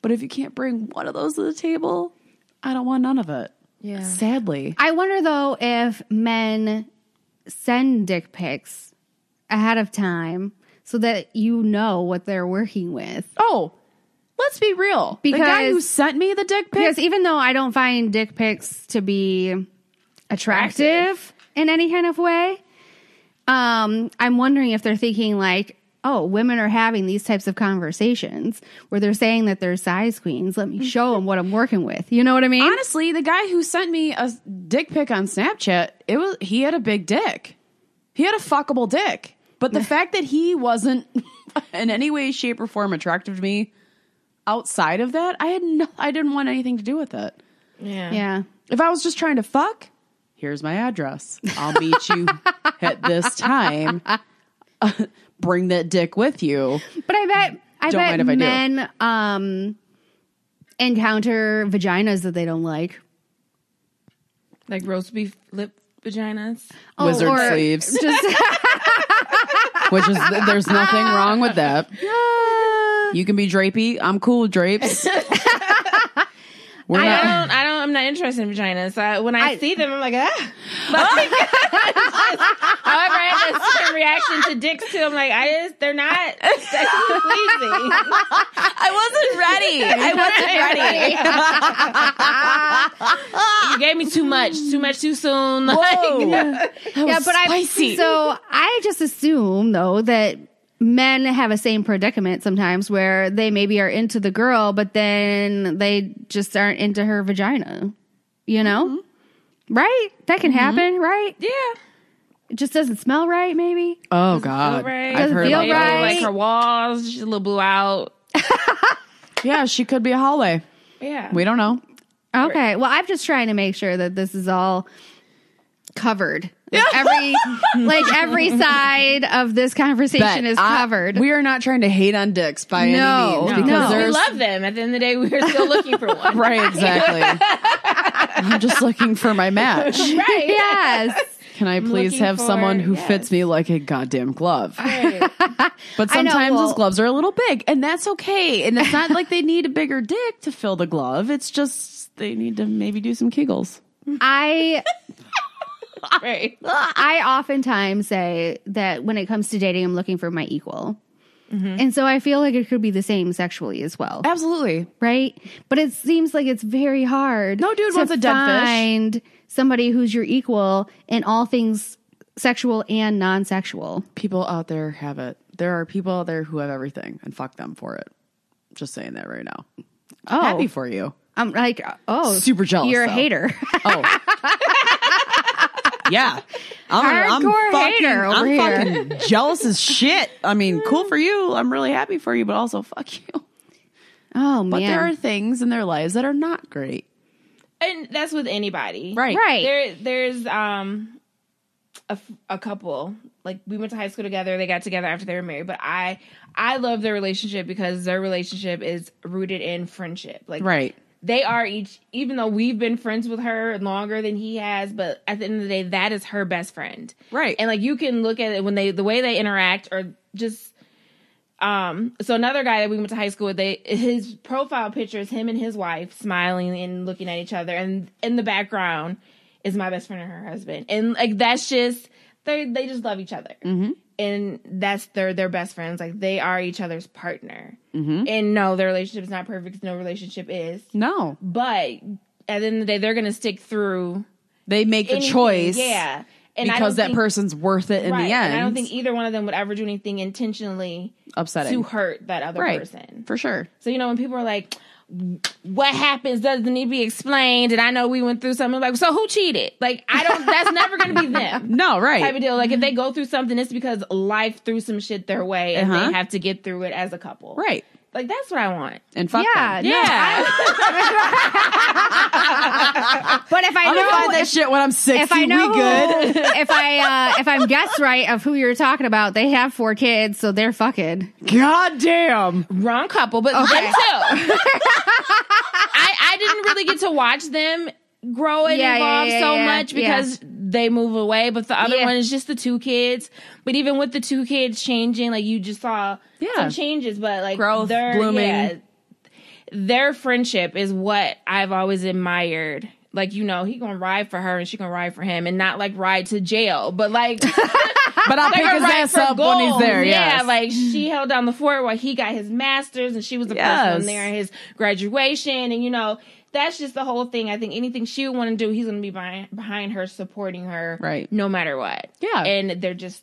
Speaker 1: But if you can't bring one of those to the table, I don't want none of it.
Speaker 3: Yeah.
Speaker 1: Sadly.
Speaker 2: I wonder though if men send dick pics ahead of time so that you know what they're working with.
Speaker 1: Oh, let's be real. the guy who
Speaker 2: Because-
Speaker 1: sent me the dick pic
Speaker 2: Because even though I don't find dick pics to be attractive in any kind of way, um, I'm wondering if they're thinking like, oh, women are having these types of conversations where they're saying that they're size queens. Let me show them what I'm working with. You know what I mean?
Speaker 1: Honestly, the guy who sent me a dick pic on Snapchat, it was he had a big dick. He had a fuckable dick. But the fact that he wasn't <laughs> in any way, shape, or form attractive to me outside of that, I had no I didn't want anything to do with it.
Speaker 3: Yeah.
Speaker 2: yeah.
Speaker 1: If I was just trying to fuck, here's my address. I'll meet
Speaker 2: <laughs>
Speaker 1: you at this time. bring that dick with you.
Speaker 2: But I bet I
Speaker 1: Don't mind if I
Speaker 2: bet
Speaker 1: do.
Speaker 2: men um encounter vaginas that they don't like. <laughs>
Speaker 3: Like roast beef lip vaginas.
Speaker 2: Oh,
Speaker 1: Wizard
Speaker 2: or
Speaker 1: sleeves. <laughs>
Speaker 2: Just
Speaker 1: which is there's nothing wrong with that.
Speaker 3: Uh,
Speaker 1: You can be drapey. I'm cool with
Speaker 3: <laughs>
Speaker 1: drapes. We're
Speaker 3: I
Speaker 1: not.
Speaker 3: don't. I don't. I'm not interested in vaginas. I, when I,
Speaker 2: I-
Speaker 3: see them, I'm like, <laughs> ah. Like, <laughs> however, I have a certain reaction to dicks too. I'm like, I just they're not <laughs> sexually pleasing.
Speaker 1: I <laughs>
Speaker 3: You gave me too much. Too much too soon.
Speaker 1: wasn't ready. Whoa.
Speaker 3: <laughs>
Speaker 2: yeah, but
Speaker 1: spicy.
Speaker 2: I so I just assume though that men have a same predicament sometimes where they maybe are into the girl but then they just aren't into her vagina. You know?
Speaker 1: Mm-hmm.
Speaker 2: Right? That can happen, right?
Speaker 3: yeah.
Speaker 2: It just doesn't smell right maybe.
Speaker 1: oh god,
Speaker 3: right.
Speaker 1: I've heard
Speaker 2: Feel
Speaker 1: about
Speaker 2: right.
Speaker 1: those.
Speaker 3: Like her walls, she's a little blew out.
Speaker 1: Yeah, she could be a hallway.
Speaker 3: Yeah.
Speaker 1: We don't know.
Speaker 2: Okay. Well, I'm just trying to make sure that this is all covered. Like every
Speaker 1: <laughs>
Speaker 2: like every side of this conversation is
Speaker 1: I- <laughs>
Speaker 2: covered.
Speaker 1: we are not trying to hate on dicks by
Speaker 2: No,
Speaker 1: any means
Speaker 2: no.
Speaker 1: because
Speaker 2: No.
Speaker 1: there's
Speaker 3: we love them. At the end of the day, we are still looking for one.
Speaker 1: <laughs> right exactly. I'm just looking for my match.
Speaker 3: Right.
Speaker 1: <laughs>
Speaker 2: yes.
Speaker 1: Can I please
Speaker 3: looking
Speaker 1: have someone
Speaker 3: for-
Speaker 1: who
Speaker 3: yes.
Speaker 1: fits me like a goddamn glove? <laughs>
Speaker 3: Right.
Speaker 1: But
Speaker 2: I know,
Speaker 1: sometimes
Speaker 2: well-
Speaker 1: those gloves are a little big, and that's okay. And it's not like they need a bigger dick to fill the glove. It's just they need to maybe do some kegels. <laughs>
Speaker 2: I
Speaker 3: Right.
Speaker 2: I oftentimes say that when it comes to dating, I'm looking for my equal.
Speaker 1: Mm-hmm.
Speaker 2: And so I feel like it could be the same sexually as well,
Speaker 1: Absolutely.
Speaker 2: right? But it seems like it's very hard.
Speaker 1: No dude
Speaker 2: to
Speaker 1: wants a dead fish.
Speaker 2: find somebody who's your equal in all things sexual and non-sexual.
Speaker 1: People out there have it. There are people out there who have everything, and fuck them for it. Just saying that right now.
Speaker 2: Oh,
Speaker 1: Happy for you.
Speaker 2: I'm like, oh,
Speaker 1: Super jealous,
Speaker 2: You're a
Speaker 1: though. <laughs>
Speaker 2: hater.
Speaker 1: Oh. <laughs> yeah. I'm,
Speaker 2: Hardcore hater over
Speaker 1: I'm
Speaker 2: here.
Speaker 1: <laughs> fucking jealous as shit. I mean, cool for you. I'm really happy for you, but also fuck you.
Speaker 2: oh
Speaker 1: <laughs>
Speaker 2: man,
Speaker 1: But there are things in their lives that are not great.
Speaker 3: And that's with anybody.
Speaker 1: Right.
Speaker 2: right?
Speaker 3: There, there's um a, f- a couple like we went to high school together. They got together after they were married, but I I love their relationship because their relationship is rooted in friendship. Like
Speaker 1: Right.
Speaker 3: they are each even though we've been friends with her longer than he has but at the end of the day that is her best friend
Speaker 1: Right.
Speaker 3: and like you can look at it when they the way they interact or just um so another guy that we went to high school with they his profile picture is him and his wife smiling and looking at each other and in the background is my best friend and her husband and like that's just they they just love each other and that's their their best friends like they are each other's partner and no their relationship is not perfect 'cause no relationship is
Speaker 1: No.
Speaker 3: but at the end of the day, they're going to stick through
Speaker 1: They make the
Speaker 3: anything.
Speaker 1: choice.
Speaker 3: yeah, and I
Speaker 1: because
Speaker 3: don't
Speaker 1: that
Speaker 3: think-
Speaker 1: person's worth it in
Speaker 3: right,
Speaker 1: the end.
Speaker 3: and I don't think either one of them would ever do anything intentionally
Speaker 1: upsetting.
Speaker 3: to hurt that other
Speaker 1: right.
Speaker 3: person.
Speaker 1: For sure.
Speaker 3: So you know when people are like, "What happens doesn't need to be explained," and I know we went through something I'm like, "So who cheated?" Like I
Speaker 1: <laughs>
Speaker 3: don't. That's never going to be them.
Speaker 1: No,
Speaker 3: Type of
Speaker 1: right.
Speaker 3: deal. Like if they go through something, it's because life threw some shit their way, and
Speaker 1: Uh-huh.
Speaker 3: they have to get through it as a couple.
Speaker 1: Right.
Speaker 3: Like that's what I want.
Speaker 1: And fuck
Speaker 2: yeah,
Speaker 1: them.
Speaker 2: no,
Speaker 3: Yeah.
Speaker 2: but if I
Speaker 1: I'm
Speaker 2: know,
Speaker 1: gonna find that shit when I'm 60.
Speaker 2: if I know,
Speaker 1: we good. <laughs>
Speaker 2: who- <laughs> if I uh, if I'm guessed right of who you're talking about, they have four kids, so they're fucking.
Speaker 1: God damn.
Speaker 3: wrong couple, but them too. <laughs> I I didn't really get to watch them grow and
Speaker 2: Yeah, yeah,
Speaker 3: evolve
Speaker 2: yeah,
Speaker 3: so
Speaker 2: yeah,
Speaker 3: much
Speaker 2: yeah.
Speaker 3: because they move away. But the other
Speaker 2: Yeah.
Speaker 3: one is just the two kids. But even with the two kids changing, like you just saw
Speaker 1: Yeah.
Speaker 3: some changes, but like
Speaker 1: Growth,
Speaker 3: their-
Speaker 1: blooming.
Speaker 3: their friendship is what I've always admired. Like you know, he gonna ride for her and she gonna ride for him, and not like ride to jail, but like
Speaker 1: But
Speaker 3: <laughs>
Speaker 1: I'll pick
Speaker 3: like
Speaker 1: his
Speaker 3: a right
Speaker 1: ass
Speaker 3: for
Speaker 1: up when he's
Speaker 3: gold.
Speaker 1: there.
Speaker 3: Yeah,
Speaker 1: yes.
Speaker 3: like she held down the fort while he got his master's, and she was the
Speaker 1: Yes.
Speaker 3: person there at his graduation. And you know, that's just the whole thing. I think anything she would want to do, he's going to be behind, behind her, supporting her,
Speaker 1: Right.
Speaker 3: no matter what.
Speaker 1: Yeah.
Speaker 3: and they're just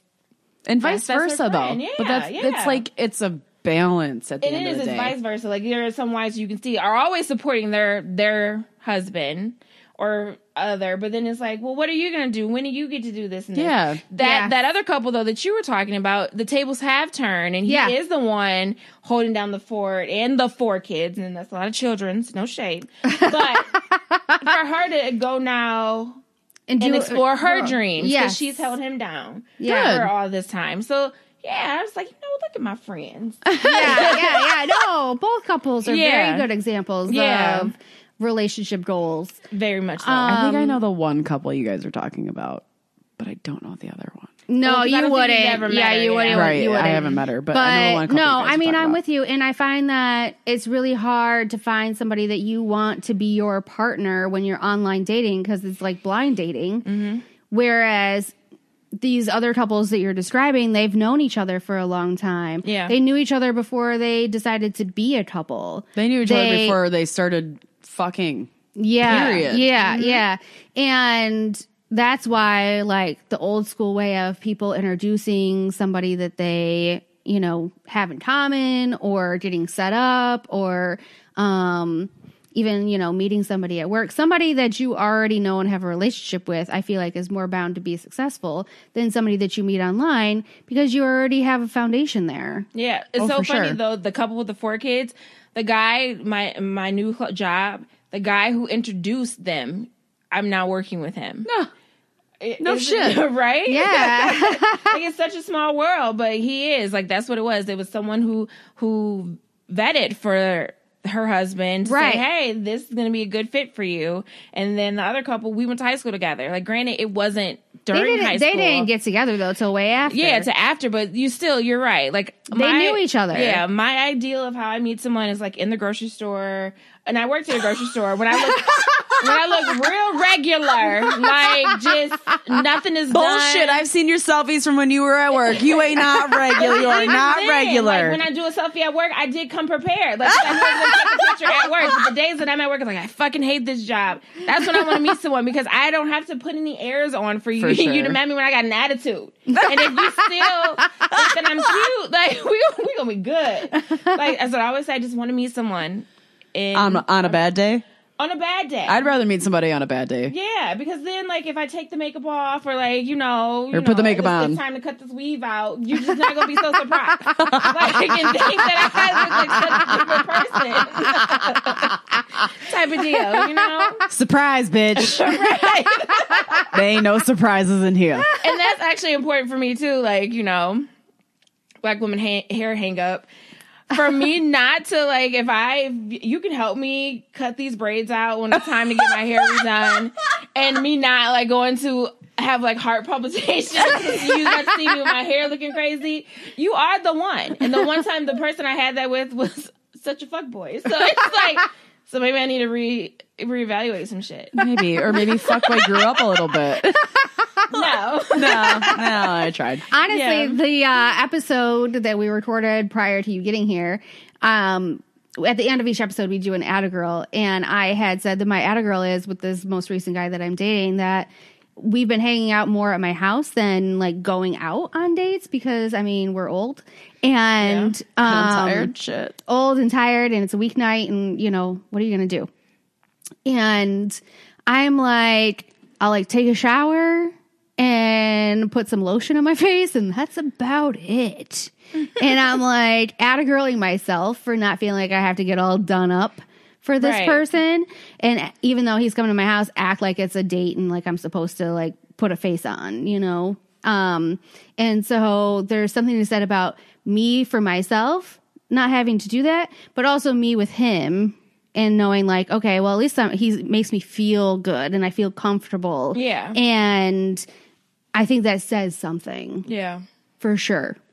Speaker 1: and vice
Speaker 3: That's- that's her
Speaker 1: versa though.
Speaker 3: friend.
Speaker 1: but that's
Speaker 3: Yeah, yeah.
Speaker 1: it's like it's a balance at the
Speaker 3: It
Speaker 1: end
Speaker 3: is
Speaker 1: of the
Speaker 3: it's
Speaker 1: day.
Speaker 3: vice versa. Like there are some wives you can see are always supporting their their husband or other, but then it's like, well, what are you gonna do? When do you get to do this? And this?
Speaker 1: Yeah.
Speaker 3: that
Speaker 2: Yeah.
Speaker 3: that other couple though that you were talking about, the tables have turned, and he
Speaker 2: Yeah.
Speaker 3: is the one holding down the fort and the four kids, and that's a lot of children's. No shade, but for her to go now and
Speaker 2: uh,
Speaker 3: explore her dreams because
Speaker 2: Yeah,
Speaker 3: she's
Speaker 2: <laughs>
Speaker 3: held him down
Speaker 2: Yeah.
Speaker 3: for all this time. So yeah, I was like, you know, look at
Speaker 1: <laughs>
Speaker 3: my friends.
Speaker 2: yeah,
Speaker 3: <laughs>
Speaker 2: yeah, yeah. No, both couples are
Speaker 3: Yeah.
Speaker 2: very good examples
Speaker 3: Yeah.
Speaker 2: of relationship goals.
Speaker 3: Very much so.
Speaker 1: I think I know the one couple you guys are talking about, but I don't know the other one.
Speaker 2: No,
Speaker 3: Well, 'cause I
Speaker 2: you
Speaker 3: don't think you've ever
Speaker 2: wouldn't.
Speaker 3: met
Speaker 2: Yeah,
Speaker 3: her,
Speaker 2: you
Speaker 3: yeah.
Speaker 2: wouldn't.
Speaker 1: right.
Speaker 2: You wouldn't.
Speaker 1: I haven't met her, but, I know the one
Speaker 2: But
Speaker 1: couple.
Speaker 2: no,
Speaker 1: you guys
Speaker 2: I
Speaker 1: are
Speaker 2: mean,
Speaker 1: talking
Speaker 2: I'm
Speaker 1: about.
Speaker 2: with you, and I find that it's really hard to find somebody that you want to be your partner when you're online dating because it's like blind dating.
Speaker 1: Mm-hmm.
Speaker 2: Whereas these other couples that you're describing, they've known each other for a long time.
Speaker 3: Yeah.
Speaker 2: they knew each other before they decided to be a couple.
Speaker 1: They knew each other
Speaker 2: They-
Speaker 1: before they started fucking.
Speaker 2: Yeah.
Speaker 1: Period.
Speaker 2: Yeah.
Speaker 3: Mm-hmm.
Speaker 2: Yeah. And that's why, like, the old school way of people introducing somebody that they, you know, have in common or getting set up or, um, even you know meeting somebody at work somebody that you already know and have a relationship with i feel like is more bound to be successful than somebody that you meet online because you already have a foundation there
Speaker 3: Yeah, it's
Speaker 2: Oh,
Speaker 3: so
Speaker 2: for
Speaker 3: funny
Speaker 2: sure.
Speaker 3: though. The couple with the four kids, the guy, my my new cl- job, the guy who introduced them, I'm now working with him.
Speaker 1: No.
Speaker 3: It-
Speaker 1: no
Speaker 3: is
Speaker 1: shit.
Speaker 3: <laughs> right?
Speaker 2: yeah
Speaker 3: like it's such a small world, but he is like that's what it was. It was someone who who vetted for her husband to
Speaker 2: Right.
Speaker 3: say, "Hey, this is going to be a good fit for you." And then the other couple, we went to high school together. Like, granted, it wasn't
Speaker 2: they
Speaker 3: <laughs> during high
Speaker 2: didn't
Speaker 3: school.
Speaker 2: they didn't get together though till way after
Speaker 3: Yeah, to after, but you still, you're right. Like
Speaker 2: They knew each other.
Speaker 3: Yeah, my ideal of how I meet someone is like in the grocery store, and I worked at a grocery store when I look when I look real regular, like just nothing
Speaker 2: <laughs>
Speaker 3: is
Speaker 1: Bullshit.
Speaker 3: Done.
Speaker 1: I've seen your selfies from when you were at work. You ain't <laughs> not regular. You are not
Speaker 3: Then,
Speaker 1: regular.
Speaker 3: Like when I do a selfie at work, I did come prepared. Like I knew I was gonna take a picture at work. But the days that I'm at work, I'm like, I fucking hate this job. That's when I want to meet someone because I don't have to put any airs on for you. <laughs>
Speaker 1: For sure.
Speaker 3: you to met me when I got an attitude. And if you still think that I'm cute, like <laughs> we we gonna be good. Like as what I always say, I just want to meet someone. And
Speaker 1: on, on a bad day,
Speaker 3: on a bad day.
Speaker 1: I'd rather meet somebody on a bad day.
Speaker 3: Yeah, because then like if I take the makeup off or like you know you
Speaker 1: Or put the
Speaker 3: know,
Speaker 1: makeup
Speaker 3: it's,
Speaker 1: on.
Speaker 3: it's time to cut this weave out. You're just not gonna be so
Speaker 1: <laughs>
Speaker 3: surprised. like and think that I look like such a different person. Type
Speaker 1: <laughs>
Speaker 3: of deal, you know.
Speaker 1: Surprise, bitch. they ain't no surprises in here.
Speaker 3: and that's actually important for me too. Like you know, black woman ha- hair hang up. For
Speaker 1: <laughs>
Speaker 3: me not to like, if I you can help me cut these braids out when it's time to get my hair redone, and me not like going to have like heart palpitations. <laughs> you got to see me with my hair looking crazy. You are the one, and the one time the person I had that with was such a fuck boy. So it's like, so maybe I need to re reevaluate
Speaker 1: <laughs>
Speaker 3: some shit.
Speaker 1: Maybe, or maybe fuckboy grew up a little <laughs> bit. No,
Speaker 3: No.
Speaker 1: no, I tried.
Speaker 2: Honestly,
Speaker 3: Yeah.
Speaker 2: the uh, episode that we recorded prior to you getting here, um, at the end of each episode, we do an Atta Girl. And I had said that my Atta Girl is with this most recent guy that I'm dating that we've been hanging out more at my house than like going out on dates because I mean, we're old and um,
Speaker 1: I'm tired. Shit.
Speaker 2: old and tired and it's a weeknight and you know what are you gonna do and i'm like i'll like take a shower and put some lotion on my <laughs> face and that's about it and i'm like at a girling myself for not feeling like i have to get all done up for this
Speaker 3: Right.
Speaker 2: person and even though he's coming to my house act like it's a date and like i'm supposed to like put a face on you know um and so there's something to said about me for myself not having to do that, but also me with him and knowing like, okay, well, at least I'm, he makes me feel good and I feel comfortable.
Speaker 3: Yeah.
Speaker 2: And I think that says something
Speaker 3: Yeah.
Speaker 2: for sure. <laughs>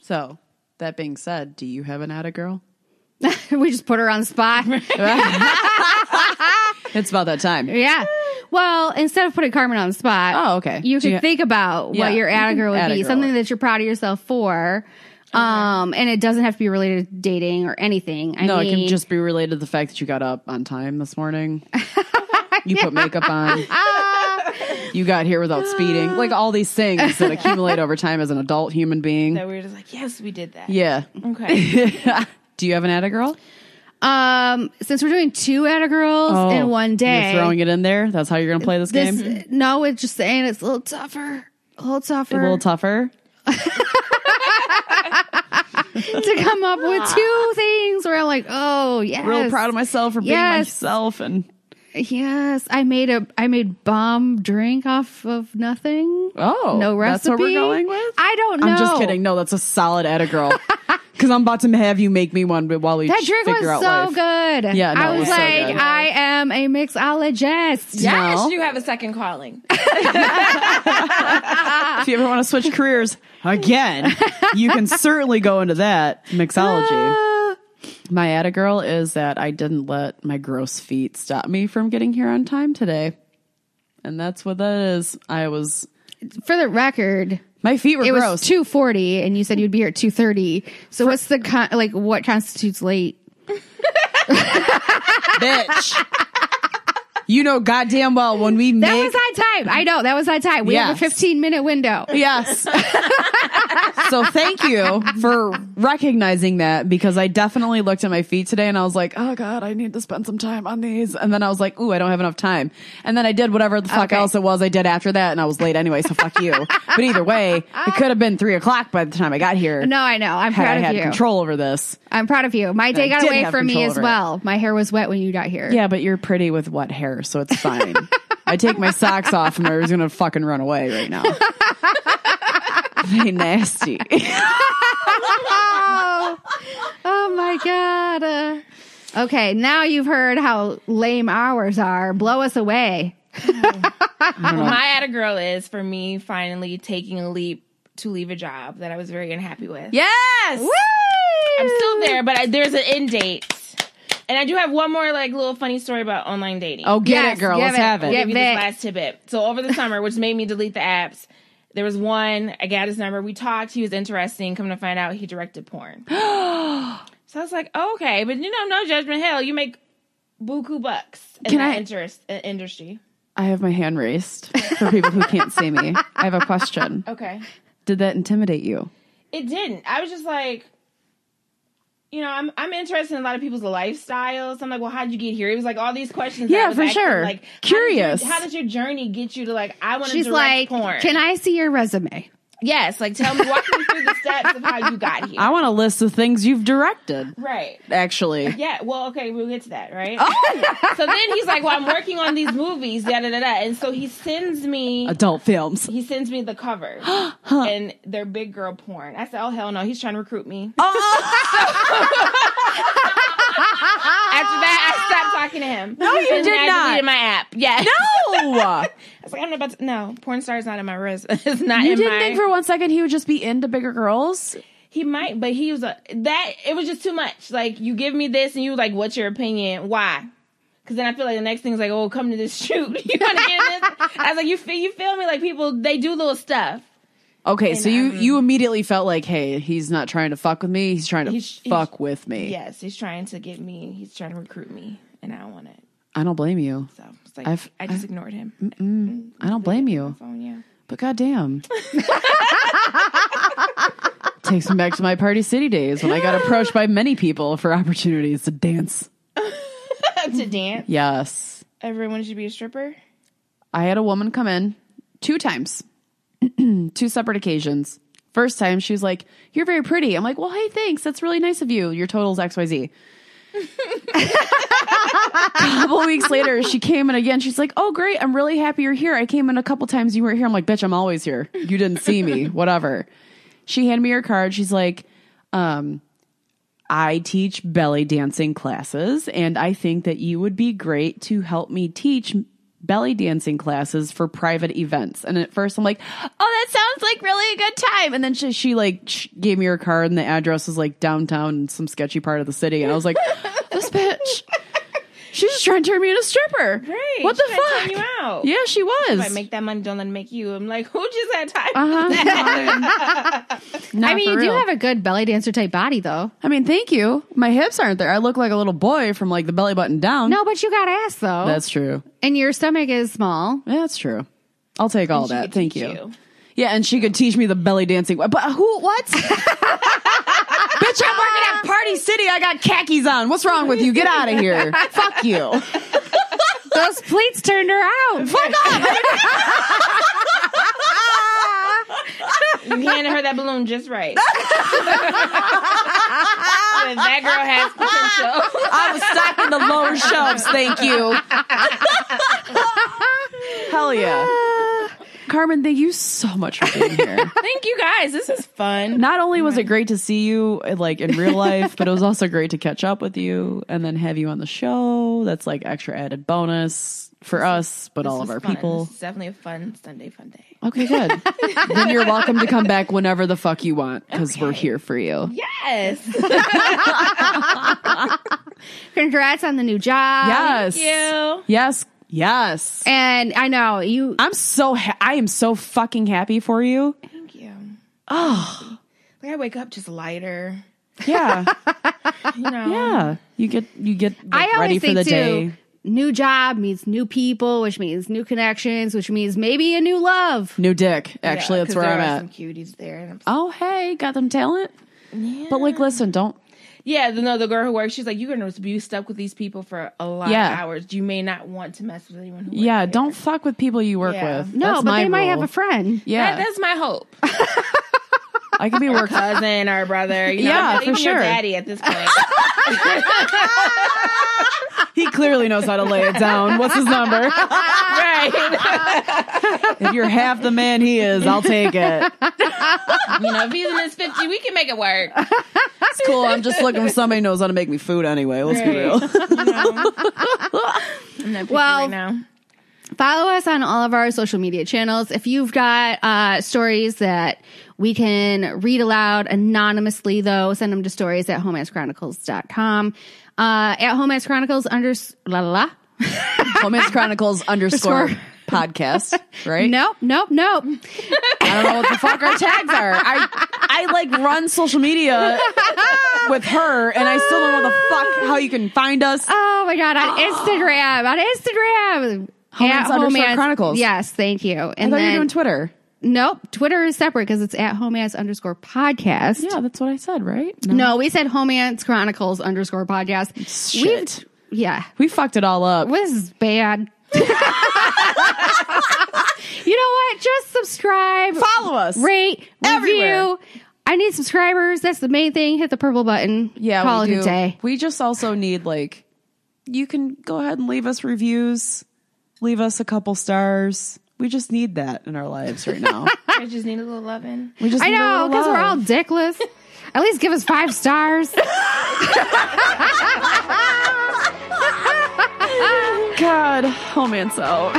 Speaker 1: So, that being said, do you have an atta girl?
Speaker 2: we just put her on the spot.
Speaker 1: It's about that time.
Speaker 2: yeah. Well, instead of putting Carmen on the spot,
Speaker 1: Oh, okay.
Speaker 2: You
Speaker 1: So
Speaker 2: can
Speaker 1: you-
Speaker 2: think about
Speaker 1: Yeah,
Speaker 2: what your
Speaker 1: you
Speaker 2: atta
Speaker 1: can
Speaker 2: girl would
Speaker 1: atta
Speaker 2: be,
Speaker 1: girl
Speaker 2: something
Speaker 1: it.
Speaker 2: that you're proud of yourself for. Um, and it doesn't have to be related to dating or anything. I
Speaker 1: No,
Speaker 2: mean,
Speaker 1: it can just be related to the
Speaker 2: <laughs>
Speaker 1: fact that you got up on time this morning. You put makeup on. you got here without speeding. Like all these things that accumulate over time as an adult human being.
Speaker 3: that we were just like, yes, we did that.
Speaker 1: Yeah. <laughs>
Speaker 3: Okay.
Speaker 1: Do you have an Atta Girl?
Speaker 2: Um, since we're doing two Atta Girls in one day,
Speaker 1: Oh, You're throwing it in there. That's how you're going to play this,
Speaker 2: this
Speaker 1: game.
Speaker 2: no, it's just saying it's a little tougher, a little
Speaker 1: A
Speaker 2: tougher, <laughs>
Speaker 1: little tougher.
Speaker 2: to come
Speaker 1: <laughs>
Speaker 2: up with two things where I'm like, oh yes,
Speaker 1: Real proud of myself for being
Speaker 2: Yes.
Speaker 1: myself and
Speaker 2: Yes, I made a I made bomb drink off of nothing.
Speaker 1: oh,
Speaker 2: no
Speaker 1: That's
Speaker 2: recipe.
Speaker 1: what we're going with.
Speaker 2: I don't know.
Speaker 1: I'm just kidding. No, that's a solid Atta Girl. Because I'm about to have you make me one while we
Speaker 2: That drink was
Speaker 1: figure
Speaker 2: so
Speaker 1: out life.
Speaker 2: good.
Speaker 1: Yeah, no,
Speaker 2: I
Speaker 1: it
Speaker 2: was,
Speaker 1: was so
Speaker 2: like,
Speaker 1: good.
Speaker 2: I am a mixologist.
Speaker 3: yes,
Speaker 1: No.
Speaker 3: you have a
Speaker 1: <laughs>
Speaker 3: second calling.
Speaker 1: if you ever want to <laughs> switch careers again, you can certainly go into that
Speaker 2: <laughs>
Speaker 1: mixology.
Speaker 2: Uh,
Speaker 1: My Atta Girl is that I didn't let my gross feet stop me from getting here on time today. And that's what that is. I was
Speaker 2: For the record,
Speaker 1: my feet were
Speaker 2: it was <laughs>
Speaker 1: gross.
Speaker 2: two forty, and you said you'd be here at two thirty. So what's the con- like? What constitutes late?
Speaker 1: bitch. You know goddamn well when we
Speaker 2: That
Speaker 1: make
Speaker 2: was on time. I know that was on time. We have a
Speaker 1: Yes.
Speaker 2: fifteen minute window.
Speaker 1: Yes. <laughs> so thank you for recognizing that because I definitely looked at my feet today and I was like, oh God, I need to spend some time on these. And then I was like, ooh, I don't have enough time. And then I did whatever the fuck
Speaker 2: Okay.
Speaker 1: else it was I did after that and I was late anyway, so fuck you. But either way, it could have been three o'clock by the time I got here.
Speaker 2: No, I know. I'm
Speaker 1: Had
Speaker 2: proud
Speaker 1: I
Speaker 2: of
Speaker 1: had
Speaker 2: you.
Speaker 1: control over this.
Speaker 2: I'm proud of you. My day
Speaker 1: I
Speaker 2: got
Speaker 1: did
Speaker 2: away
Speaker 1: have
Speaker 2: from me
Speaker 1: control
Speaker 2: as
Speaker 1: over it.
Speaker 2: well. My hair was wet when you got here.
Speaker 1: Yeah, but you're pretty with wet hair, so it's fine. <laughs> I take my socks off and I was gonna fucking run away right
Speaker 2: <laughs>
Speaker 1: now. they nasty.
Speaker 2: oh, oh my god. Uh, okay, now you've heard how lame ours are. Blow us away.
Speaker 3: My at a girl is for me finally taking a leap to leave a job that I was very unhappy with.
Speaker 1: Yes.
Speaker 3: I'm still there, but I, there's an end date. And I do have one more like little funny story about online dating.
Speaker 1: Oh, get
Speaker 2: Yes,
Speaker 1: it, girl.
Speaker 2: give
Speaker 1: Let's
Speaker 2: it.
Speaker 1: have it.
Speaker 2: Give
Speaker 3: give you this
Speaker 2: Vic.
Speaker 3: last tidbit. So over the summer, which made me delete the apps, there was one. I got his number. We talked. He was interesting. Come to find out, he directed
Speaker 1: <gasps>
Speaker 3: porn. so I was like, oh, okay, but you know, no judgment. Hell, you make buku bucks in
Speaker 1: Can
Speaker 3: that
Speaker 1: I-
Speaker 3: interest uh, industry.
Speaker 1: I have my hand raised for people who can't see me. I have a question.
Speaker 3: Okay,
Speaker 1: Did that intimidate you?
Speaker 3: it didn't. I was just like. You know, I'm I'm interested in a lot of people's lifestyles. I'm like, well, how'd you get here? It was like all these questions. that
Speaker 1: Yeah,
Speaker 3: I was
Speaker 1: for
Speaker 3: asking,
Speaker 1: sure.
Speaker 3: Like, how did
Speaker 1: Curious.
Speaker 3: your- How does your, journey get you to like? I want to
Speaker 2: She's like,
Speaker 3: direct porn.
Speaker 2: "Can I see your resume?"
Speaker 3: Yes, like tell me, walk me through the steps of how you got here.
Speaker 1: I want a list of things you've directed,
Speaker 3: <laughs> right.
Speaker 1: actually.
Speaker 3: Yeah, well, okay, we'll get to that, right? So then he's like, "Well, I'm working on these movies, da da da da," and so he sends me,
Speaker 1: Adult films.
Speaker 3: he sends me the <gasps> cover, and they're big girl porn. I said, "Oh hell no, he's trying to recruit me."
Speaker 1: <laughs> Oh,
Speaker 3: After
Speaker 1: <laughs>
Speaker 3: that, I stopped talking to him. No,
Speaker 1: you
Speaker 3: and
Speaker 1: did
Speaker 3: I
Speaker 1: not.
Speaker 3: deleted my app. Yeah,
Speaker 1: no.
Speaker 3: I was like, "I'm not about to." No, porn star is not in my res. <laughs> It's not.
Speaker 1: You
Speaker 3: in
Speaker 1: didn't
Speaker 3: my,
Speaker 1: think for one second he would just be into bigger girls?
Speaker 3: He might, but he was a that. It was just too much. Like you give me this, and you like, what's your opinion? Why? Because then I feel like the next thing is like, oh, come to this <laughs> shoot. You want to get in this? I was like, you feel you feel me? Like people, they do little stuff.
Speaker 1: Okay, so you you immediately felt like, hey, he's not trying to fuck with me. He's trying to
Speaker 3: He's- he's-
Speaker 1: fuck with me.
Speaker 3: Yes, he's trying to get me. He's trying to recruit me, and I don't want it.
Speaker 1: I don't blame you.
Speaker 3: So it's like
Speaker 1: I've-
Speaker 3: I just ignored him.
Speaker 1: I don't blame you.
Speaker 3: Phone, yeah.
Speaker 1: But
Speaker 3: <laughs>
Speaker 1: goddamn. Takes me back to my party city days when I got approached by many people for opportunities to dance.
Speaker 3: to dance,
Speaker 1: Yes.
Speaker 3: everyone should be a stripper.
Speaker 1: I had a woman come in two times, <clears throat> two separate occasions. First time, she was like, You're very pretty. I'm like, Well, hey, thanks. That's really nice of you. Your total's XYZ. a <laughs> couple weeks later, she came in again. She's like, Oh, great. I'm really happy you're here. I came in a couple times. You weren't here. I'm like, Bitch, I'm always here. You didn't see me. Whatever. She handed me her card. She's like, um, I teach belly dancing classes, and I think that you would be great to help me teach belly dancing classes for private events. And at first, I'm like, "Oh, that sounds like really a good time." And then she, she like sh- gave me her card, and the address was like downtown in some sketchy part of the city. And I was like, "This bitch, she's just trying to turn me into a stripper.
Speaker 3: Great.
Speaker 1: What the
Speaker 3: She's trying to
Speaker 1: fuck?
Speaker 3: turn you out.
Speaker 1: Yeah, she was.
Speaker 3: If I make that money, don't let it make you. I'm like, who just had time?
Speaker 1: Uh-huh. Not
Speaker 2: I mean,
Speaker 1: for
Speaker 2: you do
Speaker 1: real.
Speaker 2: have a good belly dancer type body, though.
Speaker 1: I mean, thank you. My hips aren't there. I look like a little boy from like the belly button down.
Speaker 2: No, but you got ass though,
Speaker 1: that's true.
Speaker 2: and your stomach is small.
Speaker 1: Yeah, that's true. I'll take all that.
Speaker 3: could
Speaker 1: Thank
Speaker 3: teach
Speaker 1: you.
Speaker 3: you.
Speaker 1: Yeah, and she could teach me the belly dancing. But who?
Speaker 3: <laughs>
Speaker 1: What? Bitch, I'm working at Party City. I got khakis on. What's wrong with you? Get out of here. Fuck you.
Speaker 2: <laughs> Those pleats turned her out.
Speaker 1: Fuck off.
Speaker 3: <laughs> You handed her that balloon just
Speaker 1: <laughs>
Speaker 3: right. that girl has
Speaker 1: <laughs> I was stocking
Speaker 3: potential.
Speaker 1: the lower shelves. Thank you. <laughs> Hell yeah.
Speaker 3: <laughs>
Speaker 1: Carmen, thank you so much for being here.
Speaker 3: Thank you guys. This is fun.
Speaker 1: Not only was it great to see you like in real life, but it was also great to catch up with you and then have you on the show. That's like extra added bonus for us, but all
Speaker 3: This
Speaker 1: of
Speaker 3: was
Speaker 1: our
Speaker 3: fun.
Speaker 1: people.
Speaker 3: This is definitely a fun Sunday fun day.
Speaker 1: Okay, good.
Speaker 3: <laughs>
Speaker 1: then you're welcome to come back whenever the fuck you want because we're here for you.
Speaker 3: Yes.
Speaker 2: Congrats on the new job.
Speaker 1: Yes.
Speaker 3: you.
Speaker 1: Yes. Yes.
Speaker 2: And I know you.
Speaker 1: I'm so ha- I am so fucking happy for you.
Speaker 3: Thank you. Oh. Like I wake up just lighter. <laughs>
Speaker 1: Yeah.
Speaker 3: You know.
Speaker 1: Yeah. You get you get like,
Speaker 2: I
Speaker 1: ready
Speaker 2: always
Speaker 1: for
Speaker 2: say
Speaker 1: the
Speaker 2: too.
Speaker 1: day.
Speaker 2: New job means new people, which means new connections, which means maybe a new love.
Speaker 1: New dick. Actually,
Speaker 3: Yeah,
Speaker 1: that's
Speaker 3: 'cause
Speaker 1: where
Speaker 3: there
Speaker 1: I'm
Speaker 3: are
Speaker 1: at.
Speaker 3: Some cuties there. And I'm
Speaker 1: Oh, hey, got them talent. But like, listen, don't.
Speaker 3: Yeah, the, no, the girl who works, she's like, you're gonna be stuck with these people for a lot
Speaker 1: Yeah.
Speaker 3: of hours. You may not want to mess with anyone. Who works
Speaker 1: Yeah,
Speaker 3: here.
Speaker 1: don't fuck with people you work
Speaker 3: Yeah.
Speaker 1: with.
Speaker 2: No,
Speaker 1: That's
Speaker 2: but
Speaker 1: my
Speaker 2: they might have
Speaker 1: rule.
Speaker 2: a friend.
Speaker 1: Yeah,
Speaker 3: That, that's my hope.
Speaker 1: I could be working.
Speaker 3: <laughs> Cousin or brother. You know,
Speaker 1: Yeah,
Speaker 3: not
Speaker 1: for
Speaker 3: even
Speaker 1: sure.
Speaker 3: Your daddy at this point.
Speaker 1: <laughs> he clearly knows how to lay it down. What's his number?
Speaker 3: <laughs> right.
Speaker 1: if you're half the man he is, I'll take it.
Speaker 3: You know, if he's in his 50, we can make it work.
Speaker 1: It's cool. I'm just looking for somebody who knows how to make me food anyway. Let's be real. <laughs>
Speaker 3: I'm not picky
Speaker 2: Well,
Speaker 3: right now.
Speaker 2: Follow us on all of our social media channels. If you've got uh, stories that we can read aloud anonymously, though, send them to stories at homeaschronicles.com. Uh, at homeaschronicles Chronicles under la la la.
Speaker 1: Homance Chronicles underscore
Speaker 2: Score.
Speaker 1: podcast, right?
Speaker 2: Nope, nope, nope.
Speaker 1: I don't know what the fuck our tags are. I I like run social media with her, and I still don't know the fuck how you can find us.
Speaker 2: Oh my
Speaker 1: <gasps>
Speaker 2: god, on Instagram, on Instagram.
Speaker 1: Homance underscore Chronicles.
Speaker 2: Yes, thank you.
Speaker 1: I
Speaker 2: And
Speaker 1: thought you
Speaker 2: then,
Speaker 1: were doing Twitter.
Speaker 2: nope, Twitter is separate because it's at homeance underscore podcast.
Speaker 1: Yeah, that's what I said, right?
Speaker 2: No, we said homance chronicles underscore podcast.
Speaker 1: Shit.
Speaker 2: We've, yeah,
Speaker 1: We fucked it all up.
Speaker 2: This is bad. <laughs> you know what? Just subscribe,
Speaker 1: Follow us.
Speaker 2: rate,
Speaker 1: Everywhere.
Speaker 2: review. I need subscribers. That's the main thing. Hit the purple button.
Speaker 1: Yeah,
Speaker 2: call
Speaker 1: we
Speaker 2: it
Speaker 1: do.
Speaker 2: a day.
Speaker 1: We just also need like you can go ahead and leave us reviews, leave us a couple stars. We just need that in our lives right
Speaker 2: <laughs>
Speaker 1: now.
Speaker 3: I just need a little loving.
Speaker 1: We just
Speaker 2: I
Speaker 1: need a
Speaker 2: know
Speaker 1: little
Speaker 2: because we're all
Speaker 1: love. <laughs>
Speaker 2: dickless. At least give us five stars. Ah.
Speaker 1: oh, God, homance out.